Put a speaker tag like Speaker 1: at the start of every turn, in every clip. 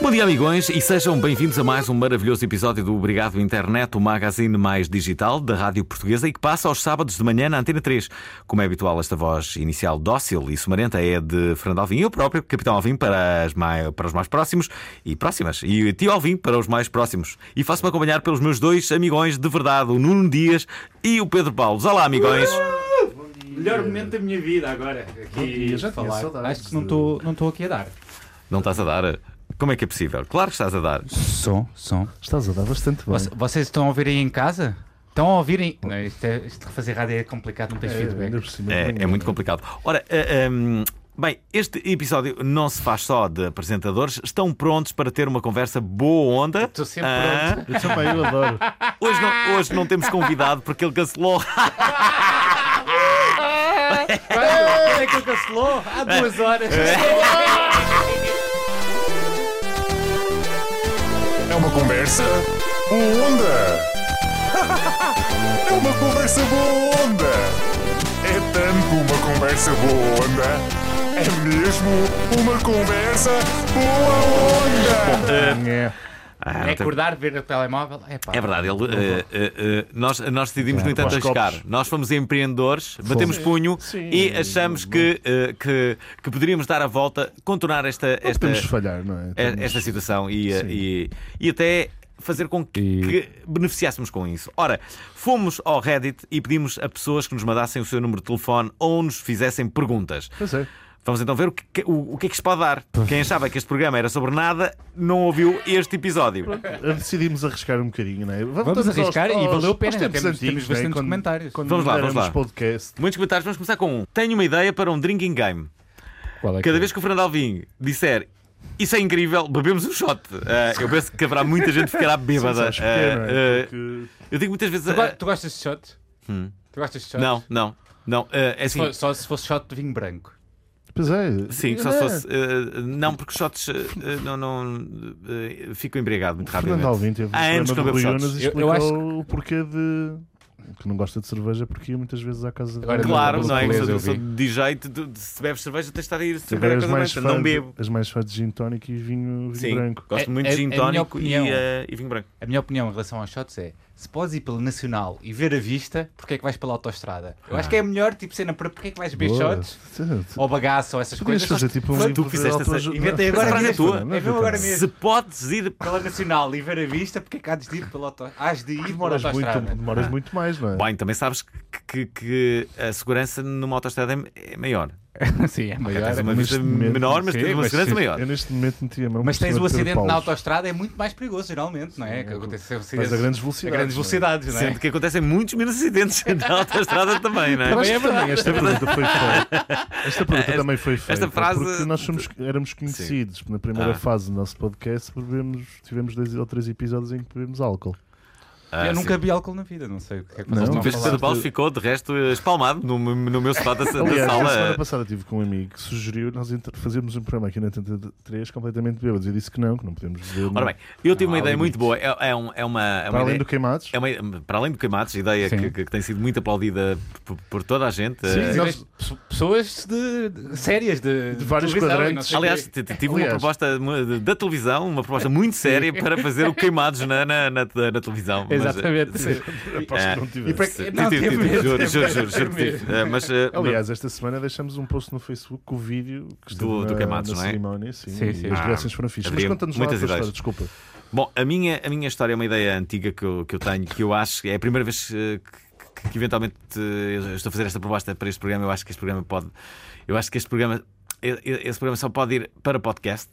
Speaker 1: Bom dia, amigões, e sejam bem-vindos a mais um maravilhoso episódio do Obrigado Internet, o magazine mais digital da Rádio Portuguesa e que passa aos sábados de manhã na Antena 3. Como é habitual, esta voz inicial dócil e sumarenta é de Fernando Alvim e eu próprio, Capitão Alvim, para, as mai- para os mais próximos e próximas, e Tio Alvim para os mais próximos. E faço-me acompanhar pelos meus dois amigões de verdade, o Nuno Dias e o Pedro Paulo. Olá, amigões!
Speaker 2: Melhor momento da minha vida agora. Aqui
Speaker 3: já tinha
Speaker 2: falar.
Speaker 3: saudades
Speaker 2: Acho que não estou não estou aqui a dar.
Speaker 1: Não estás a dar? Como é que é possível? Claro que estás a dar.
Speaker 3: Som, som.
Speaker 4: Estás a dar bastante bem.
Speaker 2: Voc- Vocês estão a ouvir aí em casa? Estão a ouvir em. Não, isto, é, isto de fazer rádio é complicado, não tens feedback.
Speaker 4: Ainda por cima de
Speaker 1: É, é
Speaker 4: manhã.
Speaker 1: muito complicado. Ora, ah, hum, bem, este episódio não se faz só de apresentadores. Estão prontos para ter uma conversa boa onda?
Speaker 2: Estou sempre
Speaker 1: Ah,
Speaker 2: pronto.
Speaker 4: Eu também, eu adoro.
Speaker 1: Hoje não, hoje não temos convidado porque ele cancelou.
Speaker 2: Quando é que ele cancelou? Há duas horas.
Speaker 5: É uma conversa boa onda. É uma conversa boa onda. É tanto uma conversa boa onda. É mesmo uma conversa boa onda.
Speaker 4: É.
Speaker 1: Ah,
Speaker 2: É
Speaker 1: não tem-
Speaker 2: acordar, ver o telemóvel. É, pá.
Speaker 1: É verdade, ele, ah, ah, ah, nós, nós decidimos, no entanto,
Speaker 4: para os copos.
Speaker 1: arriscar. Nós fomos empreendedores, batemos punho
Speaker 4: Sim.
Speaker 1: e achamos que, ah, que, que poderíamos dar a volta, contornar esta,
Speaker 4: Não
Speaker 1: esta,
Speaker 4: podemos falhar, não é?
Speaker 1: é-
Speaker 4: Temos-
Speaker 1: esta situação e, eh,
Speaker 4: Sim.
Speaker 1: e, e até fazer com que, que beneficiássemos com isso. Ora, fomos ao Reddit e pedimos a pessoas que nos mandassem o seu número de telefone ou nos fizessem perguntas.
Speaker 4: Pois é.
Speaker 1: Vamos então ver o que, o, o que é que se pode dar. Quem achava que este programa era sobre nada não ouviu este episódio.
Speaker 4: Eh, Decidimos arriscar um bocadinho, não é?
Speaker 2: Vamos arriscar e valeu a pena.
Speaker 4: aos tempos
Speaker 2: Temos, temos
Speaker 4: antigos, não é?
Speaker 2: bastantes
Speaker 4: Quando-
Speaker 2: comentários.
Speaker 4: Quando
Speaker 1: Vamos lá,
Speaker 4: éramos
Speaker 1: vamos lá.
Speaker 4: podcast.
Speaker 1: Muitos comentários, vamos começar com um. Tenho uma ideia para um drinking game.
Speaker 3: Qual é que
Speaker 1: Cada
Speaker 3: é?
Speaker 1: vez que o Fernando Alvim disser isso é incrível, bebemos um shot. Ah, eu penso que haverá muita gente que ficará bêbada.
Speaker 4: Sabes porquê, não é?
Speaker 1: Ah, ah,
Speaker 4: Porque-
Speaker 1: eu digo muitas vezes.
Speaker 2: Tu, go-
Speaker 1: ah,
Speaker 2: tu gostas de shot? Tu gostas de shot?
Speaker 1: Hum. Não, não, não. eh, é assim.
Speaker 2: Só, só se fosse shot de vinho branco.
Speaker 4: Pois é.
Speaker 1: Sim, só
Speaker 4: Não
Speaker 1: se
Speaker 4: é?
Speaker 1: fosse. eh, não, porque shots. eh, não, não, eh, fico embriagado muito
Speaker 4: Fernando
Speaker 1: rapidamente.
Speaker 4: Alvim teve um
Speaker 1: Há anos
Speaker 4: programa do
Speaker 1: que não bebo
Speaker 4: Rui
Speaker 1: shots.
Speaker 4: Unas e
Speaker 2: Eu- eu
Speaker 4: explicou
Speaker 2: acho
Speaker 4: o porquê de... Que não gosta de cerveja porque ia muitas vezes à casa de...
Speaker 2: Agora
Speaker 1: Claro,
Speaker 2: Pelo
Speaker 1: não é?
Speaker 2: que
Speaker 1: Eu sou,
Speaker 2: eu
Speaker 1: sou
Speaker 2: vi.
Speaker 1: de jeito, de- de- se bebes cerveja, tens de estar a ir
Speaker 4: Tu
Speaker 1: beber a
Speaker 4: és
Speaker 1: coisa
Speaker 4: mais
Speaker 1: branca.
Speaker 4: fã
Speaker 1: Não
Speaker 4: de-
Speaker 1: bebo.
Speaker 4: És mais fã de gin tónico e vinho, vinho
Speaker 1: Sim,
Speaker 4: branco.
Speaker 1: gosto
Speaker 2: É-
Speaker 1: muito
Speaker 2: é-
Speaker 1: de gin
Speaker 2: é a minha
Speaker 1: tónico e,
Speaker 2: opinião.
Speaker 1: eh, e vinho branco.
Speaker 2: A minha opinião em relação aos shots é: se podes ir pelo Nacional e ver a vista, porque é que vais pela autoestrada? Eu acho que é a melhor tipo cena para porque é que vais ver
Speaker 4: Ah. Boa.
Speaker 2: shots ou bagaço ou essas
Speaker 4: Podias
Speaker 2: coisas.
Speaker 4: fazer tipo um
Speaker 1: Mas
Speaker 4: livro
Speaker 1: tu
Speaker 4: de
Speaker 1: fizeste essa.
Speaker 4: autoajuda.
Speaker 2: Inventei agora
Speaker 1: Essa frase
Speaker 2: mesmo.
Speaker 1: é tua.
Speaker 2: É meu agora mesmo.
Speaker 1: Se podes ir.
Speaker 2: Pela Nacional e ver a vista, porque é que há de ir pela autoestrada? Hás de ir pela
Speaker 4: Demoras muito,
Speaker 2: autoestrada.
Speaker 4: demoras muito mais, não é?
Speaker 1: Bem, também sabes que, que- que a segurança numa autoestrada é é maior.
Speaker 3: Sim, é
Speaker 1: É,
Speaker 3: maior.
Speaker 1: tens uma
Speaker 4: neste
Speaker 1: vista
Speaker 4: momento,
Speaker 1: menor, mas
Speaker 3: sim,
Speaker 1: tens uma
Speaker 3: mas
Speaker 1: segurança
Speaker 3: sim.
Speaker 1: maior.
Speaker 4: Eu neste momento meti a mão
Speaker 2: Mas
Speaker 4: por
Speaker 2: tens
Speaker 4: cima
Speaker 2: o
Speaker 4: de Pedro
Speaker 2: acidente na
Speaker 4: Paulo.
Speaker 2: autoestrada, é muito mais perigoso, geralmente, não é? Que acontece
Speaker 4: Mas a grandes velocidades.
Speaker 2: grandes
Speaker 4: não é?
Speaker 2: velocidades, não é?
Speaker 1: Sendo que acontecem muitos menos acidentes na autoestrada também, não é?
Speaker 4: Mas também esta pergunta foi feita. Esta pergunta
Speaker 1: Esta-
Speaker 4: também foi feita.
Speaker 1: esta frase-
Speaker 4: Porque nós somos, éramos conhecidos na primeira
Speaker 1: Ah.
Speaker 4: fase do nosso podcast. Bebemos, tivemos dois ou três episódios em que bebemos álcool.
Speaker 1: Ah,
Speaker 2: Eu
Speaker 1: sim.
Speaker 2: nunca vi álcool na vida, não sei o que é que
Speaker 4: Não,
Speaker 1: Tu
Speaker 2: vocês estão a
Speaker 1: vês que Pedro
Speaker 2: falar.
Speaker 1: Paulo ficou, de resto, eh, espalmado no, no meu sofá da, da
Speaker 4: Aliás, a semana
Speaker 1: sala.
Speaker 4: passada tive com um amigo que sugeriu nós entre- fazermos um programa aqui na Tenta 3 completamente bêbados. Eu disse que não, que não podemos beber.
Speaker 1: Ora bem, eu tive
Speaker 2: Não,
Speaker 1: uma
Speaker 2: há
Speaker 1: ideia muito
Speaker 2: limites.
Speaker 1: boa. É, é um- é uma, é uma
Speaker 4: Para além
Speaker 1: ideia...
Speaker 4: do queimados.
Speaker 1: é uma- para além do Queimados, ideia
Speaker 3: Sim.
Speaker 1: que, que tem sido muito aplaudida por, por toda a gente. Eh,
Speaker 4: Sim,
Speaker 2: Mas Pessoas de, de- sérias de,
Speaker 4: De vários
Speaker 2: televisão e não
Speaker 4: quadrantes.
Speaker 2: sei o quê.
Speaker 1: Aliás, t- t- tive uma
Speaker 4: Aliás.
Speaker 1: proposta mu- da televisão, uma proposta muito séria para fazer o Queimados na, na, na, na televisão. Mas, eh,
Speaker 3: Exatamente.
Speaker 1: sim.
Speaker 4: Aposto
Speaker 1: Ah,
Speaker 4: que não tivesse.
Speaker 2: e para-
Speaker 1: Sim, tive,
Speaker 2: Não, teve
Speaker 1: tive,
Speaker 2: mesmo,
Speaker 1: juro,
Speaker 2: teve
Speaker 1: juro,
Speaker 2: mesmo,
Speaker 1: juro, juro que
Speaker 2: teve
Speaker 1: tive. Eh, Mas, eh,
Speaker 4: Aliás, esta semana deixamos um post no Facebook com o vídeo que esteve
Speaker 1: Do-
Speaker 4: na,
Speaker 1: do Queimados,
Speaker 4: na
Speaker 1: não é?
Speaker 4: cerimónia. Sim,
Speaker 3: Sim, sim.
Speaker 4: e As
Speaker 1: Ah,
Speaker 4: reações foram fixas. Mas
Speaker 1: havia
Speaker 4: conta-nos lá a tua
Speaker 1: muitas ideias.
Speaker 4: história, desculpa.
Speaker 1: Bom, a minha, a minha história é uma ideia antiga que eu, que eu tenho, que eu acho que é a primeira vez eh, que, que- que eventualmente eh, eu estou a fazer esta proposta para este programa. Eu acho que este programa pode. Eu acho que este programa. e- e- Esse programa só pode ir para podcast.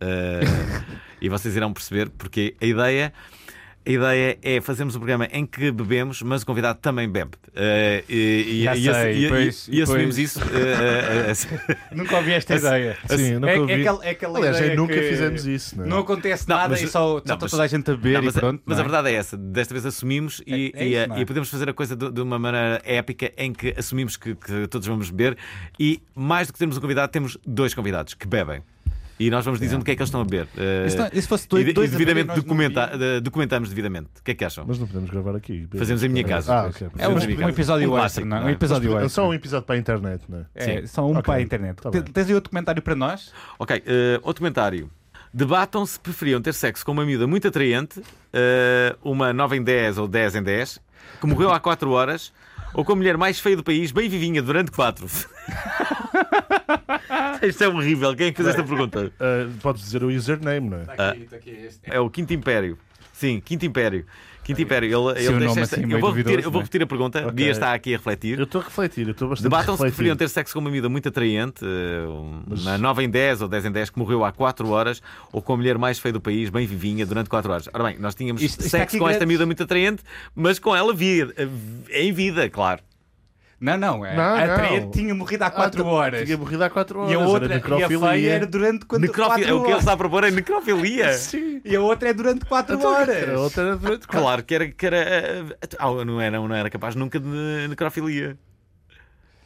Speaker 1: eh, e vocês irão perceber, porque a ideia A ideia é fazermos um programa em que bebemos, mas o convidado também bebe. Eh, e, e-
Speaker 2: Já
Speaker 1: e assu-
Speaker 2: sei,
Speaker 1: e- e-
Speaker 2: pois-
Speaker 1: e assumimos
Speaker 2: pois.
Speaker 1: isso. eh, eh, eh,
Speaker 2: Nunca ouvi esta ideia.
Speaker 4: Sim, eu nunca
Speaker 2: é,
Speaker 4: ouvi.
Speaker 2: é aquela, é aquela
Speaker 4: Aliás,
Speaker 2: ideia
Speaker 4: já nunca
Speaker 2: que
Speaker 4: fizemos isso, não é?
Speaker 2: Não acontece
Speaker 1: Não,
Speaker 2: nada
Speaker 1: mas-
Speaker 2: e só, só
Speaker 1: não,
Speaker 2: está
Speaker 1: mas-
Speaker 2: toda a gente a beber
Speaker 1: Não, mas,
Speaker 2: e pronto.
Speaker 1: mas
Speaker 2: não
Speaker 1: a
Speaker 2: é?
Speaker 1: verdade é essa. Desta vez assumimos e,
Speaker 2: É- é
Speaker 1: e,
Speaker 2: isso,
Speaker 1: eh,
Speaker 2: não é?
Speaker 1: e podemos fazer a coisa de, de uma maneira épica em que assumimos que, que todos vamos beber e, mais do que termos um convidado, temos dois convidados que bebem. E nós vamos dizendo o que é que eles estão a beber. Eh,
Speaker 2: Isso não- isso fosse
Speaker 1: e,
Speaker 2: dois-
Speaker 1: de- e
Speaker 2: dois a beber,
Speaker 1: devidamente
Speaker 2: nós não
Speaker 1: documenta- eh, documentamos devidamente. O que é que acham?
Speaker 4: Mas não podemos gravar aqui.
Speaker 1: Fazemos em minha casa.
Speaker 4: Ah, ok.
Speaker 2: É um,
Speaker 1: Vamos brincar.
Speaker 2: um episódio
Speaker 1: Um
Speaker 2: extra,
Speaker 1: clássico,
Speaker 2: não é?
Speaker 1: não
Speaker 2: Um
Speaker 1: é?
Speaker 2: episódio
Speaker 4: É
Speaker 2: extra.
Speaker 4: só um episódio para a internet, não é?
Speaker 2: É, só um
Speaker 4: Ok,
Speaker 2: para a internet.
Speaker 4: tá
Speaker 2: Te-
Speaker 4: bem.
Speaker 2: Tens aí outro comentário para nós?
Speaker 1: Ok, eh, outro comentário. Debatam se preferiam ter sexo com uma miúda muito atraente, eh, uma 9 em 10 ou 10 em 10, que morreu há 4 horas, ou com a mulher mais feia do país, bem vivinha, durante 4. Isto é horrível. Quem é que fez esta pergunta?
Speaker 4: Ah, podes dizer o username, não é?
Speaker 2: Está aqui, está aqui. Este.
Speaker 1: É o Quinto Império. Sim, Quinto Império. Quinto Império. Ele,
Speaker 3: Sim,
Speaker 1: ele
Speaker 3: um
Speaker 1: deixa
Speaker 3: nome
Speaker 1: esta-
Speaker 3: assim
Speaker 1: eu,
Speaker 3: meio
Speaker 1: vou repetir,
Speaker 3: duvidoso,
Speaker 1: eu vou
Speaker 3: né?
Speaker 1: repetir a pergunta.
Speaker 4: Ok.
Speaker 1: Dias está aqui a refletir.
Speaker 4: Eu estou a refletir, eu estou bastante
Speaker 1: Debatam-se que preferiam
Speaker 4: refletido.
Speaker 1: ter sexo com uma miúda muito atraente, eh, um- uma 9 em 10 ou 10 em 10 que morreu há 4 horas, ou com a mulher mais feia do país, bem vivinha, durante 4 horas. Ora bem, nós tínhamos
Speaker 2: Isto- isto está
Speaker 1: sexo
Speaker 2: aqui
Speaker 1: com esta
Speaker 2: grandes-
Speaker 1: miúda muito atraente, mas com ela vir, eh, em vida, claro.
Speaker 2: Não, não. É,
Speaker 4: Não,
Speaker 2: a
Speaker 4: não.
Speaker 2: traiente tinha morrido há 4
Speaker 4: Ah,
Speaker 2: horas.
Speaker 4: Tinha morrido há 4 horas.
Speaker 2: E a outra,
Speaker 4: era é-
Speaker 2: e a feia,
Speaker 4: necrofilia.
Speaker 2: era durante 4
Speaker 1: Necrofi- é O que ele
Speaker 2: horas.
Speaker 1: está a propor é necrofilia.
Speaker 4: Sim.
Speaker 2: E a outra é durante 4
Speaker 4: Então,
Speaker 2: horas.
Speaker 4: A outra era durante 4
Speaker 1: Claro que era. Que era eh, ah, não, era não era capaz nunca de necrofilia.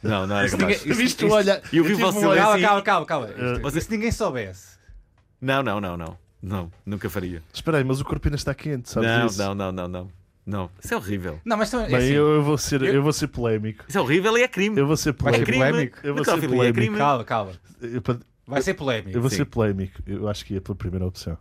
Speaker 1: Não, não era capaz.
Speaker 2: Ninguém-
Speaker 4: Viste
Speaker 2: isso-
Speaker 4: olha.
Speaker 1: E eu vi
Speaker 4: tive
Speaker 1: o vosso
Speaker 4: um
Speaker 1: silêncio.
Speaker 4: olhar-
Speaker 2: Calma,
Speaker 1: Sim.
Speaker 2: calma, calma, calma. Isto-
Speaker 1: você-
Speaker 2: E
Speaker 4: é-
Speaker 2: se ninguém soubesse?
Speaker 1: Não, não, não, não. Não, nunca faria.
Speaker 4: Espera aí, mas o corpo ainda está quente, sabes
Speaker 1: Não,
Speaker 4: isso?
Speaker 1: não, não, não, não. Não. Isso é horrível.
Speaker 2: Não, mas também. é
Speaker 4: Bem,
Speaker 2: assim,
Speaker 4: eu, eu vou ser, eu vou ser polémico.
Speaker 1: Isso é horrível e é crime.
Speaker 4: Eu vou ser
Speaker 2: Vai ser
Speaker 4: polémico.
Speaker 2: polémico?
Speaker 4: Eu vou ser
Speaker 1: Necrofilia é
Speaker 4: polémico.
Speaker 1: crime.
Speaker 2: Calma, calma.
Speaker 4: Eu, pa-
Speaker 2: Vai ser
Speaker 4: eu
Speaker 2: polémico.
Speaker 4: vou
Speaker 1: Sim.
Speaker 4: ser polémico. Eu acho que ia pela primeira opção.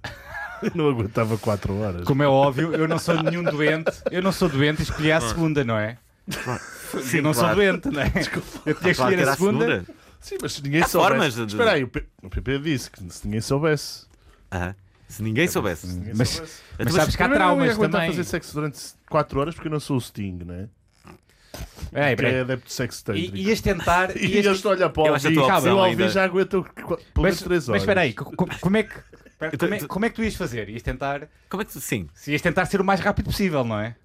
Speaker 4: Eu não aguentava 4 horas.
Speaker 2: Como é óbvio, eu não sou nenhum doente. Eu não sou doente e escolhi a segunda, não é? eu não
Speaker 1: claro.
Speaker 2: sou doente, não é? Eu tinha que
Speaker 1: Claro que
Speaker 2: escolher
Speaker 1: era
Speaker 2: a segunda.
Speaker 4: Sim, mas se ninguém
Speaker 1: Há
Speaker 4: soubesse.
Speaker 1: formas de-
Speaker 4: Espera aí, o, P... o PP disse que se ninguém soubesse.
Speaker 1: Aham. Se ninguém soubesse.
Speaker 4: Ninguém
Speaker 3: Mas-
Speaker 4: soubesse.
Speaker 2: Mas
Speaker 1: Mas
Speaker 2: sabes que há
Speaker 4: Primeiro, eu não ia
Speaker 2: traumas
Speaker 4: aguentar
Speaker 2: também.
Speaker 4: fazer sexo durante 4 horas porque eu não sou o Sting, né?
Speaker 2: É,
Speaker 4: Que é adepto de sexo tântrico.
Speaker 2: E ias tentar.
Speaker 4: E
Speaker 2: ias-
Speaker 4: eu estou a olhar para o
Speaker 1: Eu acho a
Speaker 4: Alvin.
Speaker 1: tua
Speaker 4: E
Speaker 1: opção
Speaker 4: o
Speaker 1: ainda.
Speaker 4: Alvin já aguentou qu- pelo menos
Speaker 2: Mas
Speaker 4: 3
Speaker 2: mas
Speaker 4: horas.
Speaker 2: espera aí, co- co- como é que. espera,
Speaker 1: Eu tô-
Speaker 2: Como é,
Speaker 1: tô-
Speaker 2: como é que tu ias fazer? Ias tentar.
Speaker 1: Como é que tu. Sim.
Speaker 2: Se ias tentar ser o mais rápido possível, não é?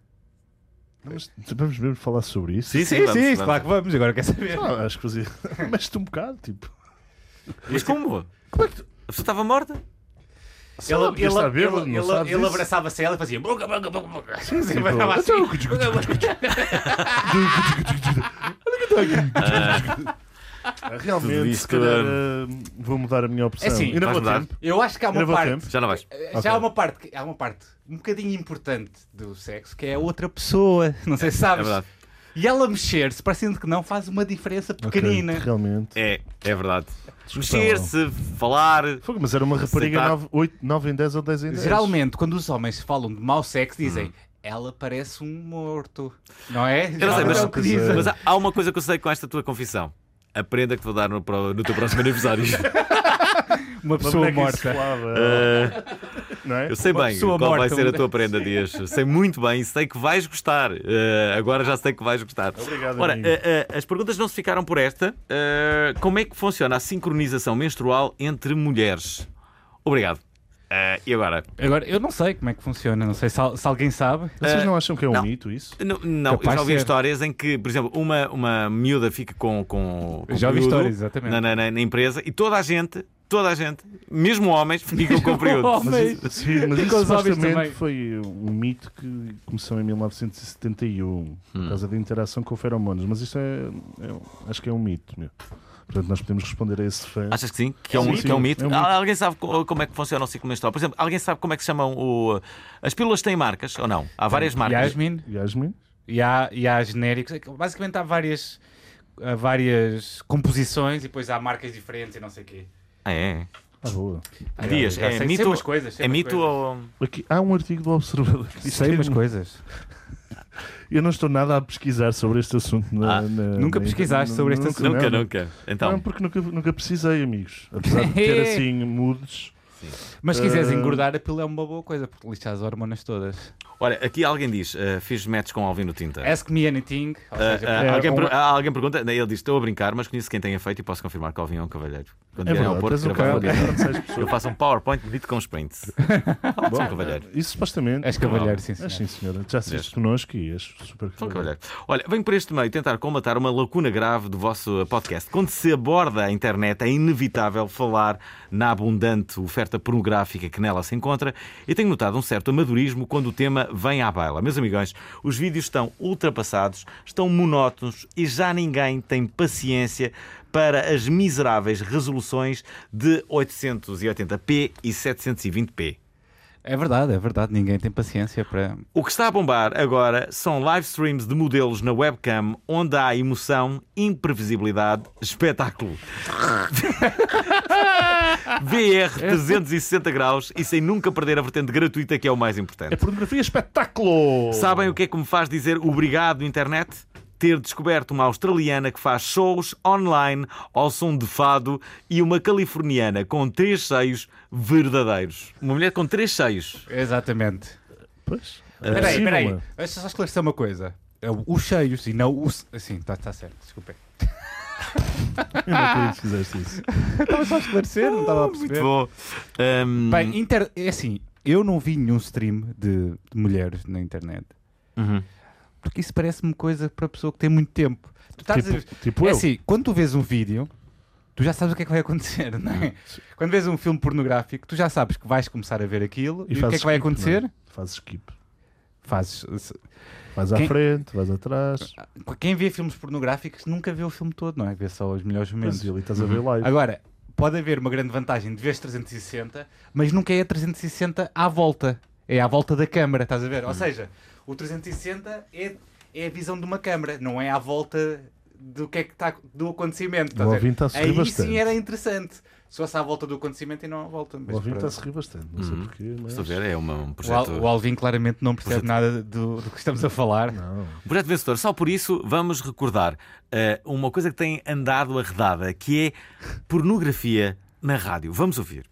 Speaker 4: Mas vamos mesmo falar sobre isso?
Speaker 1: Sim, sim, vamos, vamos.
Speaker 2: claro que vamos, agora quer saber.
Speaker 4: Ah, acho que fazia. Mexe-te um bocado, tipo.
Speaker 1: Mas como?
Speaker 4: Como é que tu.
Speaker 1: A pessoa estava morta?
Speaker 4: Sei lá, podia estar bêbado, não
Speaker 2: ele-
Speaker 4: sabes
Speaker 2: ele
Speaker 4: isso?
Speaker 2: abraçava-se a ela e fazia. Buga, buga, buga, buga. Sim,
Speaker 4: Tipo,
Speaker 2: abraçava assim.
Speaker 4: então, cucu, cucu, cucu, cucu. Ah,
Speaker 1: Tudo
Speaker 4: Realmente,
Speaker 1: isto,
Speaker 4: se calhar,
Speaker 1: hum.
Speaker 4: hum, vou mudar a minha opção.
Speaker 2: É assim,
Speaker 4: ainda
Speaker 1: vais
Speaker 4: vou
Speaker 1: mudar?
Speaker 4: tempo.
Speaker 2: Eu acho que há
Speaker 4: Ainda
Speaker 2: uma
Speaker 4: vou
Speaker 2: parte.
Speaker 4: tempo.
Speaker 1: Já não vais. É
Speaker 2: Já
Speaker 4: Ok.
Speaker 2: há uma parte, que- há uma parte um bocadinho importante do sexo que é a outra pessoa. Não sei
Speaker 1: Hum.
Speaker 2: se
Speaker 1: É
Speaker 2: sabes.
Speaker 1: verdade.
Speaker 2: e ela mexer-se, parecendo que não, faz uma diferença pequenina.
Speaker 4: Realmente.
Speaker 1: É, é verdade. Mexer-se, falar.
Speaker 4: Fogo, mas era uma rapariga
Speaker 1: Sentar.
Speaker 4: 9, 8, 9 em 10 ou
Speaker 1: é
Speaker 4: 10 em 10.
Speaker 2: É. Geralmente, quando os homens falam de mau sexo, dizem ela parece um morto. Não é?
Speaker 1: Hum. Eu não sei, mas,
Speaker 2: é o que dizem.
Speaker 1: mas há- há uma coisa que eu sei com esta tua confissão. A prenda que te vou dar no, pro- no teu próximo aniversário.
Speaker 2: Uma
Speaker 4: Uma
Speaker 2: pessoa
Speaker 4: boneca
Speaker 2: morta.
Speaker 4: insuflável,
Speaker 1: Ah,
Speaker 4: não é?
Speaker 1: eu sei
Speaker 2: Uma
Speaker 1: bem
Speaker 2: pessoa
Speaker 1: qual vai
Speaker 2: morta,
Speaker 1: ser a
Speaker 2: um-
Speaker 1: tua prenda, Dias. Sei muito bem, sei que vais gostar. Ah, agora já sei que vais gostar.
Speaker 4: Obrigado,
Speaker 1: Ora,
Speaker 4: amigo.
Speaker 1: ah, ah, as perguntas não se ficaram por esta. Ah, como é que funciona a sincronização menstrual entre mulheres? Obrigado. Ah, e agora?
Speaker 2: Agora, eu não sei como é que funciona, não sei se, al- se alguém sabe.
Speaker 4: Vocês não acham que é um
Speaker 1: não.
Speaker 4: mito isso?
Speaker 1: Não, não, eu
Speaker 2: Capaz
Speaker 1: já ouvi
Speaker 2: de ser.
Speaker 1: histórias em que, por exemplo, uma, uma miúda fica com. com, com
Speaker 2: Já ouvi
Speaker 1: período
Speaker 2: histórias, exatamente.
Speaker 1: Na, na- na- na empresa e toda a gente, toda a gente, mesmo homens, ficam com período.
Speaker 2: homens.
Speaker 4: Mas isso, sim, mas
Speaker 2: E
Speaker 4: isso
Speaker 2: com os homens
Speaker 4: supostamente
Speaker 2: também.
Speaker 4: foi um mito que começou em 1971
Speaker 2: Hum.
Speaker 4: por causa da interação com feromonas. Mas isto é, é- Acho que é um mito, meu. Portanto, nós podemos responder a esse fã.
Speaker 1: Achas que sim? Que é um,
Speaker 4: Sim,
Speaker 1: que é um
Speaker 4: sim,
Speaker 1: mito?
Speaker 4: é um mito.
Speaker 1: Al- Alguém sabe co- como é que funciona o ciclo menstrual? Por exemplo, alguém sabe como é que se chamam o. As pílulas têm marcas ou não? Há várias
Speaker 2: E há
Speaker 1: marcas.
Speaker 2: as min-
Speaker 4: Yasmin?
Speaker 2: e há, e há genéricos. É Basicamente há várias, há várias composições e depois há marcas diferentes e não sei o quê.
Speaker 1: Ah, é.
Speaker 4: Ah, boa.
Speaker 2: Ah,
Speaker 1: Dias,
Speaker 2: já
Speaker 1: é
Speaker 2: sei,
Speaker 1: mito-
Speaker 2: sei umas coisas, sei
Speaker 1: É
Speaker 2: umas
Speaker 1: mito
Speaker 2: coisas.
Speaker 1: ou.
Speaker 4: Aqui, há um artigo do Observador que diz
Speaker 2: Sei
Speaker 4: que
Speaker 2: umas
Speaker 4: é-
Speaker 2: coisas.
Speaker 4: Eu não estou nada a pesquisar sobre este assunto. na-
Speaker 1: Ah,
Speaker 4: na-
Speaker 2: nunca
Speaker 4: na-
Speaker 2: pesquisaste sobre este
Speaker 4: nunca,
Speaker 2: assunto?
Speaker 1: Nunca,
Speaker 4: não.
Speaker 1: nunca.
Speaker 4: Não,
Speaker 1: Então.
Speaker 4: porque nunca, nunca precisei, amigos. Apesar de ter assim moods,
Speaker 2: Mas se
Speaker 1: Eh,
Speaker 2: quiseres engordar, a pílula é uma boa coisa, porque lixa as hormonas todas.
Speaker 1: Olha, aqui alguém diz: eh, fiz match com Alvino Tinta.
Speaker 2: Ask me anything. Ou
Speaker 1: Ah,
Speaker 2: seja, um-
Speaker 1: ah,
Speaker 4: é,
Speaker 1: É. alguém, per-
Speaker 4: uma-
Speaker 1: ah, alguém pergunta, daí ele diz: Estou a brincar, mas conheço quem tenha feito e posso confirmar que Alvin é um cavalheiro. Quando
Speaker 4: É
Speaker 1: vier ao
Speaker 4: verdade,
Speaker 1: Porto,
Speaker 4: tens um
Speaker 1: gravar
Speaker 4: cara
Speaker 1: um vídeo,
Speaker 4: de seis pessoas.
Speaker 1: eu faço um PowerPoint bonito com os prints. Sou um cavalheiro.
Speaker 4: Isso supostamente.
Speaker 2: és cavalheiro, sim, senhor.
Speaker 4: Ah, sim, senhora. Já assistes connosco e és super
Speaker 1: Sou um cavalheiro. Olha, venho por este meio tentar combatar uma lacuna grave do vosso eh, podcast. Quando se aborda a internet, é inevitável falar na abundante oferta pornográfica que nela se encontra e tenho notado um certo amadorismo quando o tema vem à baila. Meus amigões, os vídeos estão ultrapassados, estão monótonos e já ninguém tem paciência para as miseráveis resoluções de 880p e 720p.
Speaker 2: É verdade, é verdade. Ninguém tem paciência para.
Speaker 1: O que está a bombar agora são live streams de modelos na webcam onde há emoção, imprevisibilidade, espetáculo. VR 360 graus e sem nunca perder a vertente gratuita que é o mais
Speaker 4: É
Speaker 1: importante.
Speaker 4: pornografia espetáculo!
Speaker 1: Sabem o que é que me faz dizer obrigado, internet? Ter descoberto uma australiana que faz shows online ao som de fado e uma californiana com três seios verdadeiros. Uma mulher com três seios.
Speaker 2: Exatamente.
Speaker 4: Pois.
Speaker 1: Eh, Ah,
Speaker 4: é?
Speaker 2: Peraí,
Speaker 4: Sim,
Speaker 2: peraí.
Speaker 4: uma.
Speaker 2: Deixa eu só esclarecer uma coisa. É o- Os cheios e não os. Assim, está tá certo, desculpem.
Speaker 4: Eu não
Speaker 1: Ah.
Speaker 4: acredito que fizeste isso.
Speaker 2: é Estava só a esclarecer, não estava a perceber.
Speaker 1: Muito bom. Ahm,
Speaker 2: Bem, inter... é assim, eu não vi nenhum stream de, de mulheres na internet.
Speaker 1: Uhum.
Speaker 2: Porque isso parece-me coisa para pessoa que tem muito tempo. Tu estás a ver-
Speaker 4: Tipo, tipo
Speaker 2: é
Speaker 4: eu.
Speaker 2: assim, quando tu vês um vídeo, tu já sabes o que é que vai acontecer, não é? Quando vês um filme pornográfico, tu já sabes que vais começar a ver aquilo e, o que é
Speaker 4: fazes
Speaker 2: que vai
Speaker 4: skip,
Speaker 2: acontecer?
Speaker 4: não é? Fazes skip.
Speaker 2: Fazes.
Speaker 4: Vais à
Speaker 2: Quem- Ah,
Speaker 4: frente, vais atrás.
Speaker 2: Quem vê filmes pornográficos nunca vê o filme todo, não é? Vê só os melhores momentos.
Speaker 4: Mas ali estás a ver live.
Speaker 2: Uhum. Agora, pode haver uma grande vantagem de vez 360, mas nunca é a 360 à volta. É à volta da câmara, estás a ver?
Speaker 4: Hum.
Speaker 2: Ou seja, o 360 é, é a visão de uma câmara, não é à volta do que é que está do acontecimento. Estás
Speaker 4: O
Speaker 2: a ver?
Speaker 4: ouvinte está a sorrir
Speaker 2: Aí sim
Speaker 4: bastante.
Speaker 2: era interessante. Se fosse à volta do acontecimento e não à volta. mas
Speaker 4: O ouvinte
Speaker 2: pronto.
Speaker 4: está a se rir bastante. Não sei porquê, mas.
Speaker 1: Uhum. Estou a ver, é uma- um
Speaker 2: o, Al,
Speaker 1: projeto,
Speaker 2: o Alvin claramente não percebe nada do, do que estamos a falar.
Speaker 1: um projeto vencedor. Só por isso vamos recordar eh, uma coisa que tem andado arredada, que é pornografia na rádio. Vamos ouvir.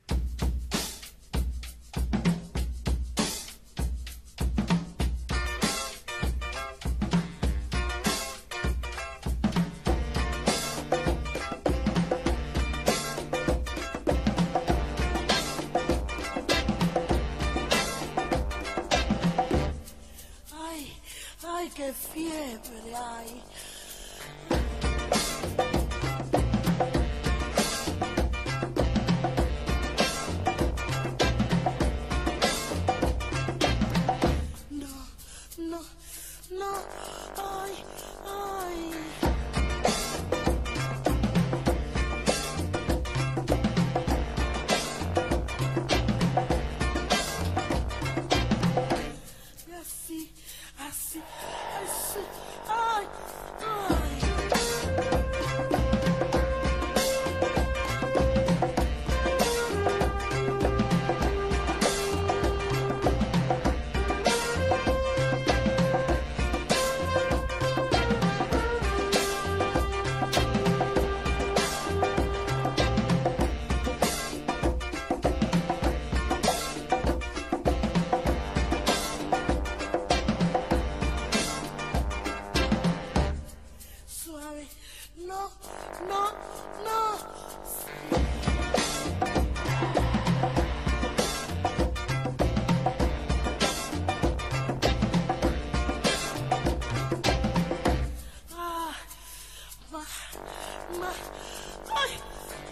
Speaker 6: Ai, ai, que fiebre, ai. No, no, no, ai, ai. Assim, assim, assim, ai, ai. Suave. No, no, no. Ah, ma, ma, ay,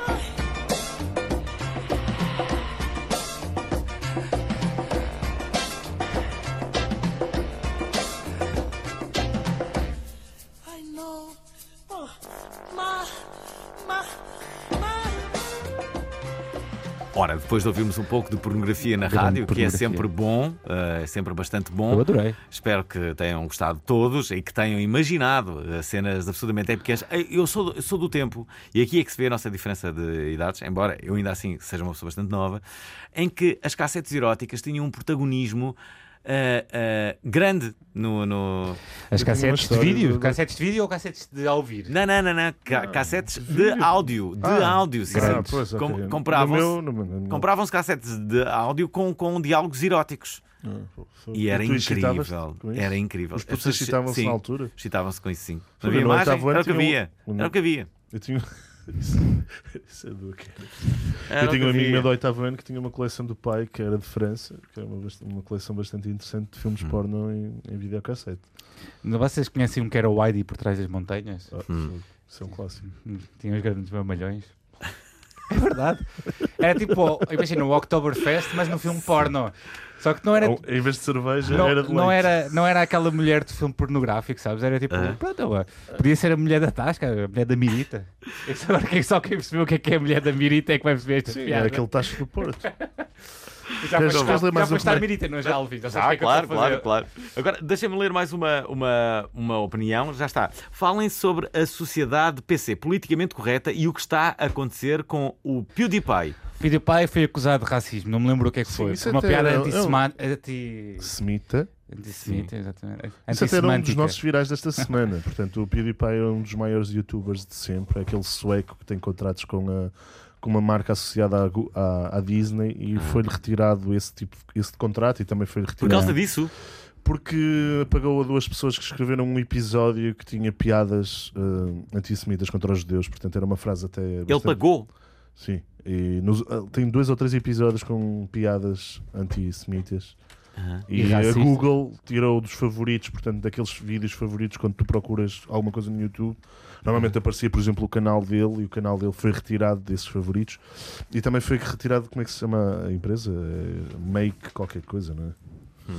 Speaker 6: ay. I know. Oh, ma, ma, ma.
Speaker 1: Ora, depois de ouvirmos um pouco de pornografia na
Speaker 3: Grande
Speaker 1: rádio, que é
Speaker 3: pornografia.
Speaker 1: sempre bom, eh, é sempre bastante bom.
Speaker 3: Eu adorei.
Speaker 1: Espero que tenham gostado todos e que tenham imaginado eh, cenas absolutamente épicas. Eh, Eu sou, do- sou do tempo, e aqui é que se vê a nossa diferença de idades, embora eu ainda assim seja uma pessoa bastante nova, em que as cassetes eróticas tinham um protagonismo ah, ah, grande no. no...
Speaker 3: As cassetes de
Speaker 4: história
Speaker 3: vídeo.
Speaker 4: do-
Speaker 2: Cassetes de vídeo ou cassetes de a ouvir?
Speaker 1: Não, não, não, não. Ca- Cassetes de áudio. De
Speaker 4: Ah,
Speaker 1: áudio, sim.
Speaker 4: Ah,
Speaker 1: sim.
Speaker 4: pois, ok.
Speaker 1: Com-
Speaker 4: No meu-
Speaker 1: Compravam-se
Speaker 4: no meu- no meu-
Speaker 1: compravam-se Hum. cassetes de áudio com, com diálogos eróticos. E era
Speaker 4: tu excitavas-te
Speaker 1: incrível.
Speaker 4: com isso?
Speaker 1: Era incrível.
Speaker 4: Os
Speaker 1: As
Speaker 4: putos
Speaker 1: pessoas-
Speaker 4: excitavam-se
Speaker 1: sim,
Speaker 4: na altura.
Speaker 1: Excitavam-se com isso, sim. Não
Speaker 4: Foi
Speaker 1: havia
Speaker 4: no
Speaker 1: imagem?
Speaker 4: oitavo ano
Speaker 1: Era o que
Speaker 4: tinha um-
Speaker 1: havia.
Speaker 4: um-
Speaker 1: Era o que havia.
Speaker 4: Eu tinha. Isso, isso é do que
Speaker 1: Era
Speaker 4: Eu
Speaker 1: o
Speaker 4: tinha
Speaker 1: que
Speaker 4: um amigo
Speaker 1: havia.
Speaker 4: meu do oitavo ano que tinha uma coleção do pai que era de França, que era uma, bast- uma coleção bastante interessante de filmes porno em, em videocassete.
Speaker 2: Vocês conhecem um que era o ID por trás das montanhas?
Speaker 4: Ah, Isso é um clássico.
Speaker 2: Tinha os grandes mamalhões. É verdade. Era tipo, imagina, o Oktoberfest, mas no filme porno. Só que não era.
Speaker 4: Ou, em vez de cerveja,
Speaker 2: Não,
Speaker 4: era de
Speaker 2: não
Speaker 4: leite. Ah.
Speaker 2: era, não era aquela mulher do filme pornográfico, sabes? Era tipo,
Speaker 1: Aham.
Speaker 2: pronto, ué, podia ser a mulher da Tasca, a mulher da Mirita. Esse agora quem só quem percebeu o que é que é a mulher da Mirita é que vai perceber esta
Speaker 4: Sim,
Speaker 2: piada.
Speaker 4: era aquele tacho do Porto.
Speaker 2: Já
Speaker 4: Queres-
Speaker 2: foste-
Speaker 4: queres ler
Speaker 2: já
Speaker 4: mais um
Speaker 2: foste à
Speaker 4: comentário?
Speaker 2: Mirita, não já, Alvin? Já sabes
Speaker 1: Ah,
Speaker 2: o que é que eu
Speaker 1: claro,
Speaker 2: estou a fazer.
Speaker 1: claro, claro. Agora, deixem-me ler mais uma, uma, uma opinião. Já está. Falem sobre a sociedade PC politicamente correta e o que está a acontecer com o PewDiePie.
Speaker 2: PewDiePie foi acusado de racismo, não me lembro o que é que
Speaker 4: Sim,
Speaker 2: foi.
Speaker 4: isso
Speaker 2: Uma
Speaker 4: até um-
Speaker 2: piada
Speaker 4: era-
Speaker 2: antissema- anti-
Speaker 4: Semita.
Speaker 2: antissemita, exatamente.
Speaker 4: Isso até era um dos
Speaker 2: Antissemântica.
Speaker 4: nossos virais desta semana. Portanto, o PewDiePie é um dos maiores youtubers de sempre. É aquele sueco que tem contratos com, a- com uma marca associada à, Gu- à- à Disney e foi-lhe retirado esse tipo esse contrato e também foi
Speaker 1: Por
Speaker 4: retirado.
Speaker 1: causa disso,
Speaker 4: Porque apagou a duas pessoas que escreveram um episódio que tinha piadas eh, antissemitas contra os judeus. Portanto, era uma frase até.
Speaker 1: ele
Speaker 4: bastante-
Speaker 1: pagou.
Speaker 4: Sim. E nos- ah, tem dois ou três episódios com piadas antissemitas. E,
Speaker 3: E
Speaker 4: a
Speaker 3: racistas.
Speaker 4: Google tirou dos favoritos, portanto, daqueles vídeos favoritos quando tu procuras alguma coisa no YouTube.
Speaker 3: Uhum.
Speaker 4: Normalmente aparecia, por exemplo, o canal dele e o canal dele foi retirado desses favoritos. E também foi retirado, como é que se chama a empresa? É Make qualquer coisa, não é?
Speaker 3: Hum.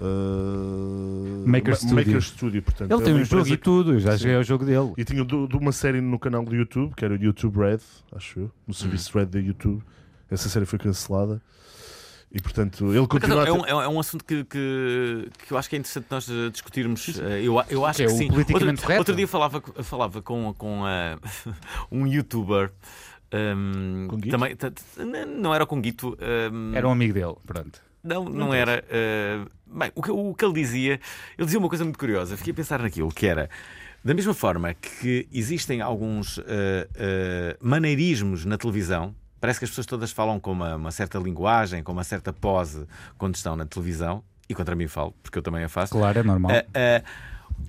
Speaker 4: Uh,
Speaker 3: Maker
Speaker 4: Ma-
Speaker 3: Studio.
Speaker 4: Maker Studio, portanto.
Speaker 3: Ele
Speaker 4: é
Speaker 3: tem
Speaker 4: uma
Speaker 3: um jogo
Speaker 4: empresa
Speaker 3: e tudo, já
Speaker 4: Sim.
Speaker 3: joguei ao jogo dele.
Speaker 4: e tinha de de uma série no canal do YouTube, que era o YouTube Red, acho eu, no serviço
Speaker 1: Hum.
Speaker 4: Red da YouTube. Essa série foi cancelada. E portanto, ele
Speaker 1: Por acaso,
Speaker 4: continua a
Speaker 1: é, um,
Speaker 4: ter...
Speaker 1: é um- é um assunto que, que, que eu acho que é interessante nós eh, discutirmos. Eh, Eu, eu acho
Speaker 2: Que é
Speaker 1: que
Speaker 2: o
Speaker 1: sim.
Speaker 2: politicamente
Speaker 1: Outro,
Speaker 2: correto.
Speaker 1: outro dia falava, co- falava com, com eh, um youtuber. ehm,
Speaker 4: Com Guito?
Speaker 1: também t- t- n- não era com Guito, ehm,
Speaker 2: Era um amigo dele, pronto.
Speaker 1: Não, não, era. eh, bem, o que, o que ele dizia, ele dizia uma coisa muito curiosa. Fiquei a pensar naquilo, que era. Da mesma forma que existem alguns eh, eh, maneirismos na televisão, parece que as pessoas todas falam com uma, uma certa linguagem, com uma certa pose quando estão na televisão, e contra mim falo, porque eu também a faço.
Speaker 3: Claro, é normal.
Speaker 1: Eh, eh,